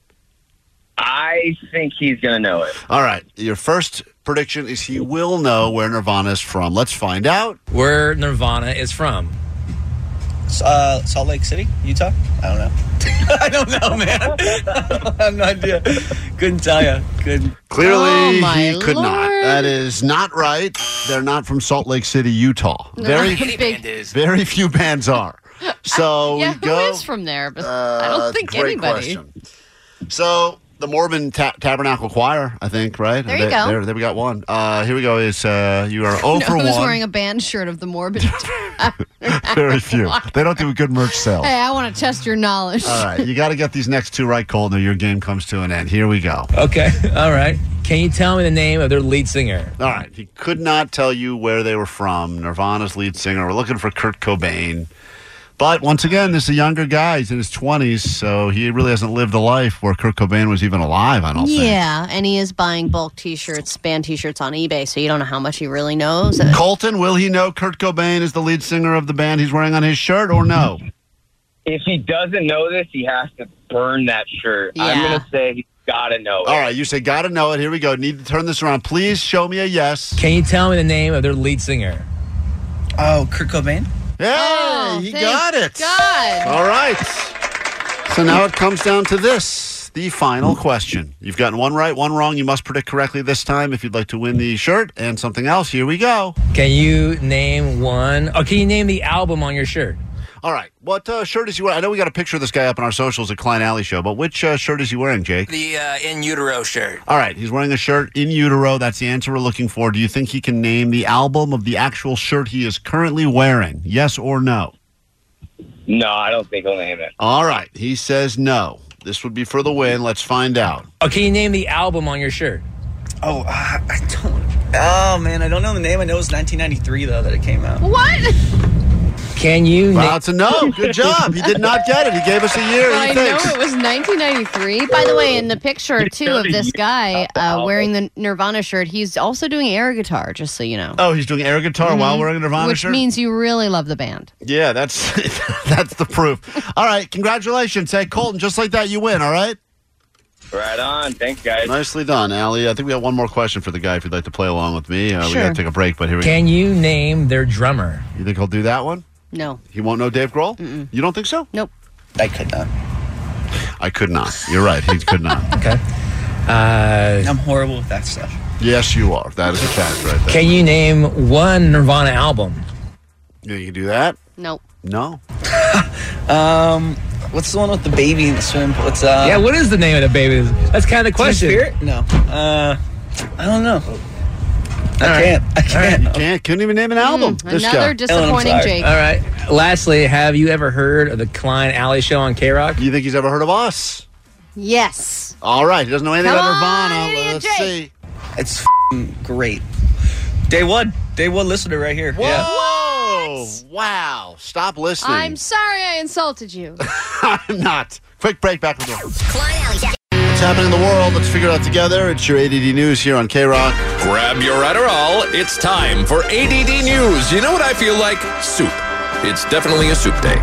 [SPEAKER 12] I think he's gonna know it.
[SPEAKER 3] All right, your first prediction is he will know where Nirvana is from. Let's find out.
[SPEAKER 7] Where Nirvana is from.
[SPEAKER 21] Uh, Salt Lake City, Utah. I don't know. I don't know, man. I have no idea. Couldn't tell you. Couldn't.
[SPEAKER 3] Clearly,
[SPEAKER 5] Oh,
[SPEAKER 3] he could not. That is not right. They're not from Salt Lake City, Utah. Very,
[SPEAKER 5] big.
[SPEAKER 3] very few bands are. So
[SPEAKER 5] yeah,
[SPEAKER 3] we
[SPEAKER 5] who
[SPEAKER 3] go. Uh,
[SPEAKER 5] is from there? But I don't think
[SPEAKER 3] great
[SPEAKER 5] anybody.
[SPEAKER 3] question. So the Mormon ta- Tabernacle Choir, I think, right?
[SPEAKER 5] There you go.
[SPEAKER 3] There, there we got one. Uh, here we go. Is uh, you are
[SPEAKER 5] No,
[SPEAKER 3] over
[SPEAKER 5] who's
[SPEAKER 3] one.
[SPEAKER 5] wearing a band shirt of the Morbid?
[SPEAKER 3] very few. They don't do a good merch sale.
[SPEAKER 5] Hey, I want to test your knowledge.
[SPEAKER 3] All right, you got to get these next two right, Colton, or your game comes to an end. Here we go.
[SPEAKER 7] Okay. All right. Can you tell me the name of their lead singer?
[SPEAKER 3] All right. He could not tell you where they were from. Nirvana's lead singer. We're looking for Kurt Cobain. But once again, this is a younger guy. He's in his 20s, so he really hasn't lived a life where Kurt Cobain was even alive, I don't think.
[SPEAKER 5] Yeah, and he is buying bulk T-shirts, band T-shirts on eBay, so you don't know how much he really knows. Uh,
[SPEAKER 3] Colton, will he know Kurt Cobain is the lead singer of the band he's wearing on his shirt or no?
[SPEAKER 12] If he doesn't know this, he has to burn that shirt. I'm
[SPEAKER 3] Yeah.
[SPEAKER 12] gonna say he's gotta know it.
[SPEAKER 3] All right, you say, gotta know it. Here we go. Need to turn this around. Please show me a yes.
[SPEAKER 7] Can you tell me the name of their lead singer?
[SPEAKER 21] Oh, Kurt Cobain.
[SPEAKER 3] Hey, he
[SPEAKER 21] thank
[SPEAKER 3] got it.
[SPEAKER 5] God.
[SPEAKER 3] All right. So now it comes down to this the final question. You've gotten one right, one wrong. You must predict correctly this time if you'd like to win the shirt and something else. Here we go.
[SPEAKER 7] Can you name one? Oh, can you name the album on your shirt?
[SPEAKER 3] All right. What uh, shirt is he wearing? I know we got a picture of this guy up on our socials at Klein Alley Show, but which uh, shirt is he wearing, Jake?
[SPEAKER 19] The uh, in utero shirt.
[SPEAKER 3] All right. He's wearing a shirt in utero. That's the answer we're looking for. Do you think he can name the album of the actual shirt he is currently wearing? Yes or no?
[SPEAKER 12] No, I don't think he'll name it.
[SPEAKER 3] All right. He says no. This would be for the win. Let's find out.
[SPEAKER 7] Oh, can you name the album on your shirt?
[SPEAKER 21] Oh, uh, I don't. Oh man, I don't know the name. I know it was 1993 though that it came out.
[SPEAKER 5] What?
[SPEAKER 7] Can you?
[SPEAKER 3] Wow, it's a no. Good job. He did not get it. He gave us a year.
[SPEAKER 5] I
[SPEAKER 3] He
[SPEAKER 5] know
[SPEAKER 3] thinks.
[SPEAKER 5] it was 1993. By the way, in the picture too of this guy uh, wearing the Nirvana shirt, he's also doing air guitar. Just so you know,
[SPEAKER 3] Oh, he's doing air guitar while wearing a Nirvana
[SPEAKER 5] Mm-hmm. which
[SPEAKER 3] shirt.
[SPEAKER 5] means you really love the band.
[SPEAKER 3] yeah, that's that's the proof. All right, congratulations, hey Colton. Just like that, you win. All right.
[SPEAKER 12] Right on. Thanks, guys.
[SPEAKER 3] Nicely done, Allie. I think we have one more question for the guy. If you'd like to play along with me, uh, we
[SPEAKER 7] Sure.
[SPEAKER 3] got to take a break. But here we
[SPEAKER 7] Can you name their drummer?
[SPEAKER 3] go. You think he'll do that one?
[SPEAKER 5] No.
[SPEAKER 3] He won't know Dave Grohl. You don't think so?
[SPEAKER 5] Nope.
[SPEAKER 21] I could not.
[SPEAKER 3] I could not. You're right. He could not.
[SPEAKER 7] okay. Uh,
[SPEAKER 21] I'm horrible with that stuff.
[SPEAKER 3] Yes, you are. That is a fact, right there.
[SPEAKER 7] Can you name one Nirvana album?
[SPEAKER 3] Yeah, you can do that.
[SPEAKER 5] Nope.
[SPEAKER 3] No.
[SPEAKER 21] um, what's the one with the baby in the swim pool? It's uh.
[SPEAKER 7] yeah, what is the name of the baby? That's kind of the
[SPEAKER 21] Teen
[SPEAKER 7] question.
[SPEAKER 21] Spirit? No. Uh, I don't know.
[SPEAKER 7] All
[SPEAKER 21] I
[SPEAKER 7] right.
[SPEAKER 21] can't. I can't.
[SPEAKER 3] You can't. Couldn't even
[SPEAKER 21] Mm,
[SPEAKER 3] name an album. Oh,
[SPEAKER 5] Mm,
[SPEAKER 3] this guy.
[SPEAKER 7] All
[SPEAKER 3] Uh,
[SPEAKER 7] right. Lastly, have you ever heard of the Klein Alley Show on K Rock?
[SPEAKER 3] You think he's ever heard of us?
[SPEAKER 5] Yes.
[SPEAKER 3] All right. He doesn't know anything
[SPEAKER 21] Come
[SPEAKER 3] about
[SPEAKER 21] on,
[SPEAKER 3] Nirvana.
[SPEAKER 21] idiot
[SPEAKER 3] Let's
[SPEAKER 21] Jake.
[SPEAKER 3] see.
[SPEAKER 21] It's fing great. Day one. Day one listener right here.
[SPEAKER 3] Whoa!
[SPEAKER 21] Yeah.
[SPEAKER 3] Wow! Stop listening.
[SPEAKER 5] I'm sorry I insulted you.
[SPEAKER 3] I'm not. Quick break. Back with more. What's happening in the world? Let's figure it out together. It's your ADD news here on K Rock.
[SPEAKER 20] Grab your Adderall. It's time for ADD News. You know what I feel like? Soup. It's definitely a soup day.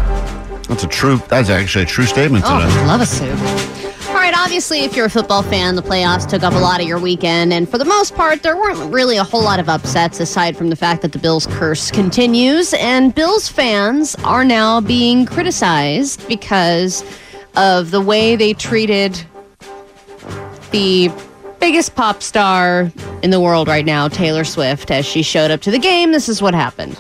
[SPEAKER 3] That's a true. That's actually a true statement
[SPEAKER 5] Oh,
[SPEAKER 3] today.
[SPEAKER 5] love a soup. All right, obviously, if you're a football fan, the playoffs took up a lot of your weekend, and for the most part, there weren't really a whole lot of upsets aside from the fact that the Bills curse continues, and Bills fans are now being criticized because of the way they treated the biggest pop star in the world right now, Taylor Swift, as she showed up to the game. This is what happened.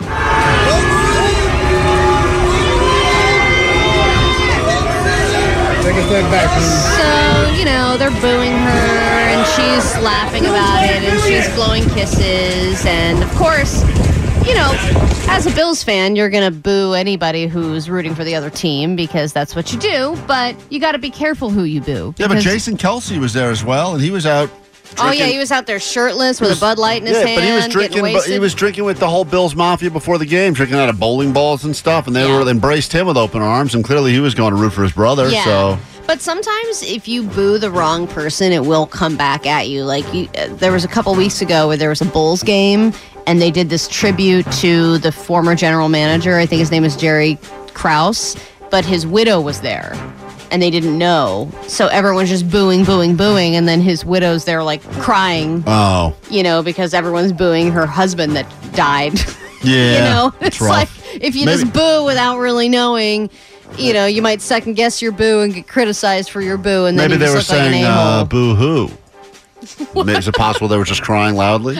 [SPEAKER 16] Take a step back.
[SPEAKER 5] So, you know, they're booing her and she's laughing about it and she's blowing kisses. And of course, you know, as a Bills fan, you're going to boo anybody who's rooting for the other team because that's what you do. But you got to be careful who you boo.
[SPEAKER 3] Yeah, but
[SPEAKER 5] because-
[SPEAKER 3] Jason Kelsey was there as well, and he was out.
[SPEAKER 5] Oh, yeah,
[SPEAKER 3] drinking-
[SPEAKER 5] he was out there shirtless with
[SPEAKER 3] was-
[SPEAKER 5] a Bud Light in his
[SPEAKER 3] yeah,
[SPEAKER 5] hand.
[SPEAKER 3] but he was
[SPEAKER 5] getting
[SPEAKER 3] drinking. But he
[SPEAKER 5] wasted.
[SPEAKER 3] was drinking with the whole Bills Mafia before the game, drinking out of bowling balls and stuff, and they were embraced him with open arms. And clearly, he was going to root for his brother.
[SPEAKER 5] Yeah.
[SPEAKER 3] So
[SPEAKER 5] But sometimes if you boo the wrong person, it will come back at you. Like you, uh, there was a couple weeks ago where there was a Bulls game and they did this tribute to the former general manager. I think his name is Jerry Krause, but his widow was there and they didn't know. So everyone's just booing, booing, booing. And then his widow's there like crying,
[SPEAKER 3] oh
[SPEAKER 5] you know, because everyone's booing her husband that died.
[SPEAKER 3] yeah,
[SPEAKER 5] you know,
[SPEAKER 3] that's
[SPEAKER 5] it's
[SPEAKER 3] rough.
[SPEAKER 5] like if you
[SPEAKER 3] Maybe-
[SPEAKER 5] just boo without really knowing, you know, you might second guess your boo and get criticized for your boo, and then
[SPEAKER 3] Maybe
[SPEAKER 5] you
[SPEAKER 3] they
[SPEAKER 5] just
[SPEAKER 3] were
[SPEAKER 5] look like
[SPEAKER 3] saying
[SPEAKER 5] an a-hole.
[SPEAKER 3] uh, "boo hoo." Is it possible they were just crying loudly?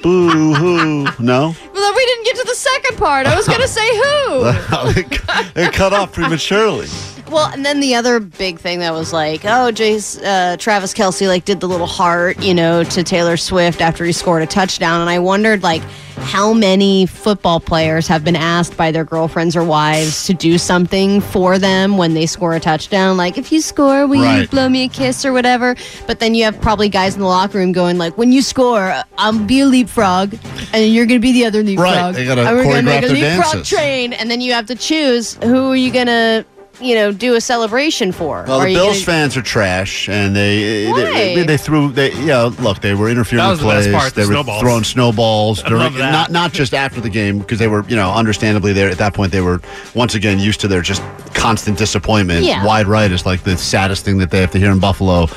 [SPEAKER 3] Boo hoo! No,
[SPEAKER 5] Well, then we didn't get to the second part. I was gonna say who.
[SPEAKER 3] it cut off prematurely.
[SPEAKER 5] well, and then the other big thing that was like, oh, Jace, uh, Travis Kelsey like did the little heart, you know, to Taylor Swift after he scored a touchdown, and I wondered like how many football players have been asked by their girlfriends or wives to do something for them when they score a touchdown, like if you score, will you
[SPEAKER 11] Right.
[SPEAKER 5] blow me a kiss or whatever? But then you have probably guys in the locker room going like, when you score, I'm be a leapfrog, and you're gonna be the other leapfrog,
[SPEAKER 3] they gotta
[SPEAKER 5] and we're gonna make
[SPEAKER 3] choreograph
[SPEAKER 5] a
[SPEAKER 3] their
[SPEAKER 5] leapfrog
[SPEAKER 3] dances.
[SPEAKER 5] train, and then you have to choose who are you gonna, you know, do a celebration for.
[SPEAKER 3] Well,
[SPEAKER 5] Are
[SPEAKER 3] the
[SPEAKER 5] you
[SPEAKER 3] Bills
[SPEAKER 5] gonna-
[SPEAKER 3] fans are trash, and they
[SPEAKER 5] Why?
[SPEAKER 3] they, they threw they yeah look they were interfering
[SPEAKER 6] That was
[SPEAKER 3] with
[SPEAKER 6] the best
[SPEAKER 3] plays.
[SPEAKER 6] part, the
[SPEAKER 3] they were
[SPEAKER 6] snowballs.
[SPEAKER 3] throwing snowballs
[SPEAKER 6] I love
[SPEAKER 3] during
[SPEAKER 6] that.
[SPEAKER 3] not not just after the game because they were you know understandably there at that point they were once again used to their just constant disappointment.
[SPEAKER 2] Yeah.
[SPEAKER 3] Wide right is like the saddest thing that they have to hear in Buffalo,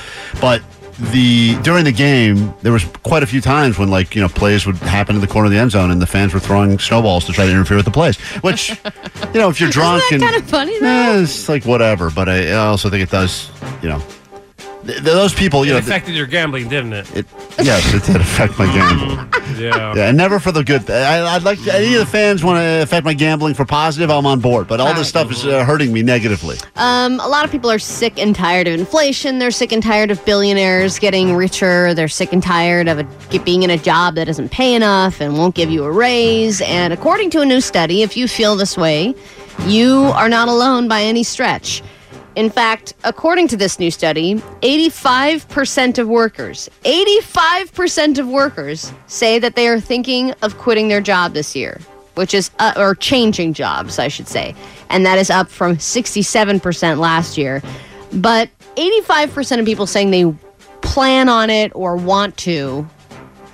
[SPEAKER 3] but. The during the game, there was quite a few times when like you know plays would happen in the corner of the end zone, and the fans were throwing snowballs to try to interfere with the plays. Which, you know, if you're drunk
[SPEAKER 5] Isn't
[SPEAKER 3] and
[SPEAKER 5] that kind of funny though?
[SPEAKER 3] Eh, it's like whatever, but I I also think it does, you know, th- th- those people, you
[SPEAKER 6] it
[SPEAKER 3] know, th-
[SPEAKER 6] affected your gambling, didn't it?
[SPEAKER 3] it, yes, it did affect my gambling.
[SPEAKER 6] yeah.
[SPEAKER 3] Yeah, and never for the good. I, I'd like any of the fans want to affect my gambling for positive. I'm on board, but all this stuff is uh, hurting me negatively.
[SPEAKER 5] Um, a lot of people are sick and tired of inflation. They're sick and tired of billionaires getting richer. They're sick and tired of a, get, being in a job that doesn't pay enough and won't give you a raise. And according to a new study, if you feel this way, you are not alone by any stretch. In fact, according to this new study, 85% of workers, 85% of workers say that they are thinking of quitting their job this year, which is, uh, or changing jobs, I should say. And that is up from 67% last year. But 85% of people saying they plan on it or want to.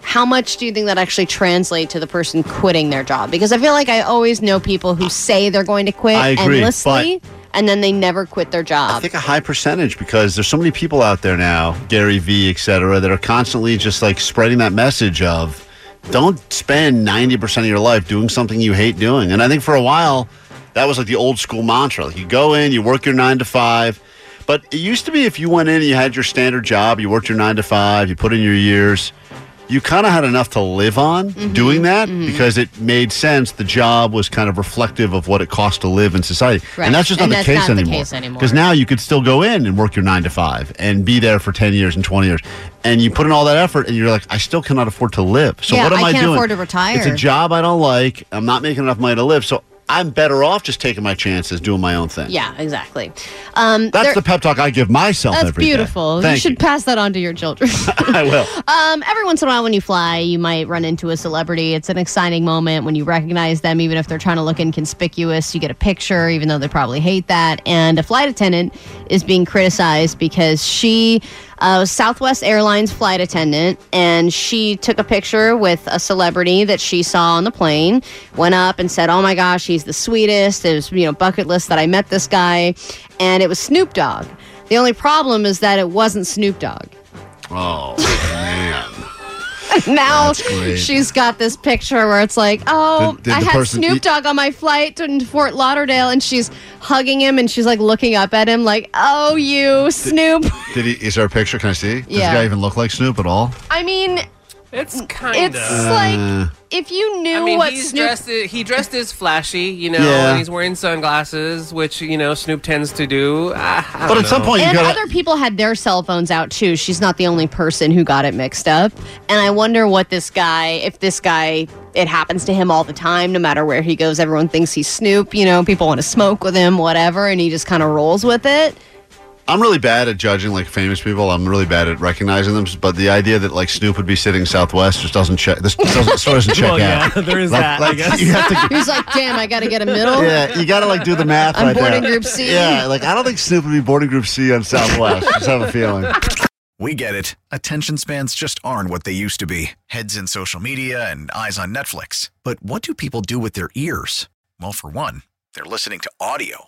[SPEAKER 5] How much do you think that actually translates to the person quitting their job? Because I feel like I always know people who say they're going to quit
[SPEAKER 3] I agree,
[SPEAKER 5] endlessly and then they never quit their
[SPEAKER 3] I
[SPEAKER 5] job.
[SPEAKER 3] think a high percentage because there's so many people out there now, Gary Vee, et cetera, that are constantly just like spreading that message of don't spend 90% of your life doing something you hate doing. And I think for a while, that was like the old school mantra. Like you go in, you work your nine to five. But it used to be if you went in and you had your standard job, you worked your nine to five, you put in your years, you kind of had enough to live on
[SPEAKER 2] Mm-hmm.
[SPEAKER 3] doing that because it made sense. The job was kind of reflective of what it cost to live in society.
[SPEAKER 2] Right.
[SPEAKER 3] And that's just not,
[SPEAKER 2] And
[SPEAKER 3] the,
[SPEAKER 2] that's
[SPEAKER 3] case
[SPEAKER 2] not the
[SPEAKER 3] anymore.
[SPEAKER 2] case anymore.
[SPEAKER 3] Because now you could still go in and work your nine to five and be there for 10 years and 20 years. And you put in all that effort and you're like, I still cannot afford to live. So
[SPEAKER 5] Yeah,
[SPEAKER 3] what am
[SPEAKER 5] I
[SPEAKER 3] I,
[SPEAKER 5] can't
[SPEAKER 3] doing?
[SPEAKER 5] afford to retire.
[SPEAKER 3] It's a job I don't like. I'm not making enough money to live. So I'm better off just taking my chances, doing my own thing.
[SPEAKER 5] yeah, exactly. Um,
[SPEAKER 3] That's
[SPEAKER 5] there-
[SPEAKER 3] the pep talk I give myself
[SPEAKER 5] that's
[SPEAKER 3] every day.
[SPEAKER 5] beautiful. you
[SPEAKER 3] Thank
[SPEAKER 5] should pass that on to your children.
[SPEAKER 3] I will.
[SPEAKER 5] Um, every once in a while, when you fly, you might run into a celebrity. It's an exciting moment when you recognize them, even if they're trying to look inconspicuous. You get a picture, even though they probably hate that. And a flight attendant is being criticized because she, uh, was Southwest Airlines flight attendant, and she took a picture with a celebrity that she saw on the plane. Went up and said, "Oh my gosh, he's the sweetest." It was you know bucket list that I met this guy, and it was Snoop Dogg. The only problem is that it wasn't Snoop Dogg.
[SPEAKER 3] Oh man.
[SPEAKER 5] now
[SPEAKER 3] great.
[SPEAKER 5] she's got this picture where it's like, oh,
[SPEAKER 3] Did- did
[SPEAKER 5] I
[SPEAKER 3] the
[SPEAKER 5] had
[SPEAKER 3] person
[SPEAKER 5] Snoop
[SPEAKER 3] eat-
[SPEAKER 5] Dogg on my flight to Fort Lauderdale, and she's hugging him and she's like looking up at him like, oh, you Snoop.
[SPEAKER 3] Did he? Is there a picture? Can I see? Does
[SPEAKER 5] Yeah.
[SPEAKER 3] the guy even look like Snoop at all?
[SPEAKER 5] I mean,
[SPEAKER 15] it's kind
[SPEAKER 5] it's like
[SPEAKER 3] Uh,
[SPEAKER 5] if you knew
[SPEAKER 15] I mean,
[SPEAKER 5] what
[SPEAKER 15] he's
[SPEAKER 5] Snoop.
[SPEAKER 15] dressed. He dressed as flashy, you know,
[SPEAKER 3] Yeah.
[SPEAKER 15] and he's wearing sunglasses, which you know Snoop tends to do. Ah, I, I
[SPEAKER 3] But
[SPEAKER 15] don't
[SPEAKER 3] at some
[SPEAKER 15] know.
[SPEAKER 3] point, you
[SPEAKER 5] and
[SPEAKER 3] gotta-
[SPEAKER 5] other people had their cell phones out too. She's not the only person who got it mixed up. And I wonder what this guy, if this guy, it happens to him all the time, no matter where he goes. Everyone thinks he's Snoop, you know, people want to smoke with him, whatever, and he just kind of rolls with it.
[SPEAKER 3] I'm really bad at judging like famous people. I'm really bad at recognizing them. But the idea that like Snoop would be sitting Southwest just doesn't check. This doesn't, story doesn't check
[SPEAKER 6] Well,
[SPEAKER 3] out.
[SPEAKER 6] yeah, there is
[SPEAKER 3] Like-
[SPEAKER 6] that, I
[SPEAKER 3] Like,
[SPEAKER 6] guess.
[SPEAKER 3] you have to.
[SPEAKER 5] He's like, damn, I got to get a middle.
[SPEAKER 3] Yeah, you got to like do the math
[SPEAKER 5] I'm
[SPEAKER 3] right
[SPEAKER 5] born
[SPEAKER 3] there.
[SPEAKER 5] in Group C.
[SPEAKER 3] Yeah, like I don't think Snoop would be born in Group C on Southwest. just have a feeling.
[SPEAKER 22] We get it. Attention spans just aren't what they used to be heads in social media and eyes on Netflix. But what do people do with their ears? Well, for one, they're listening to audio.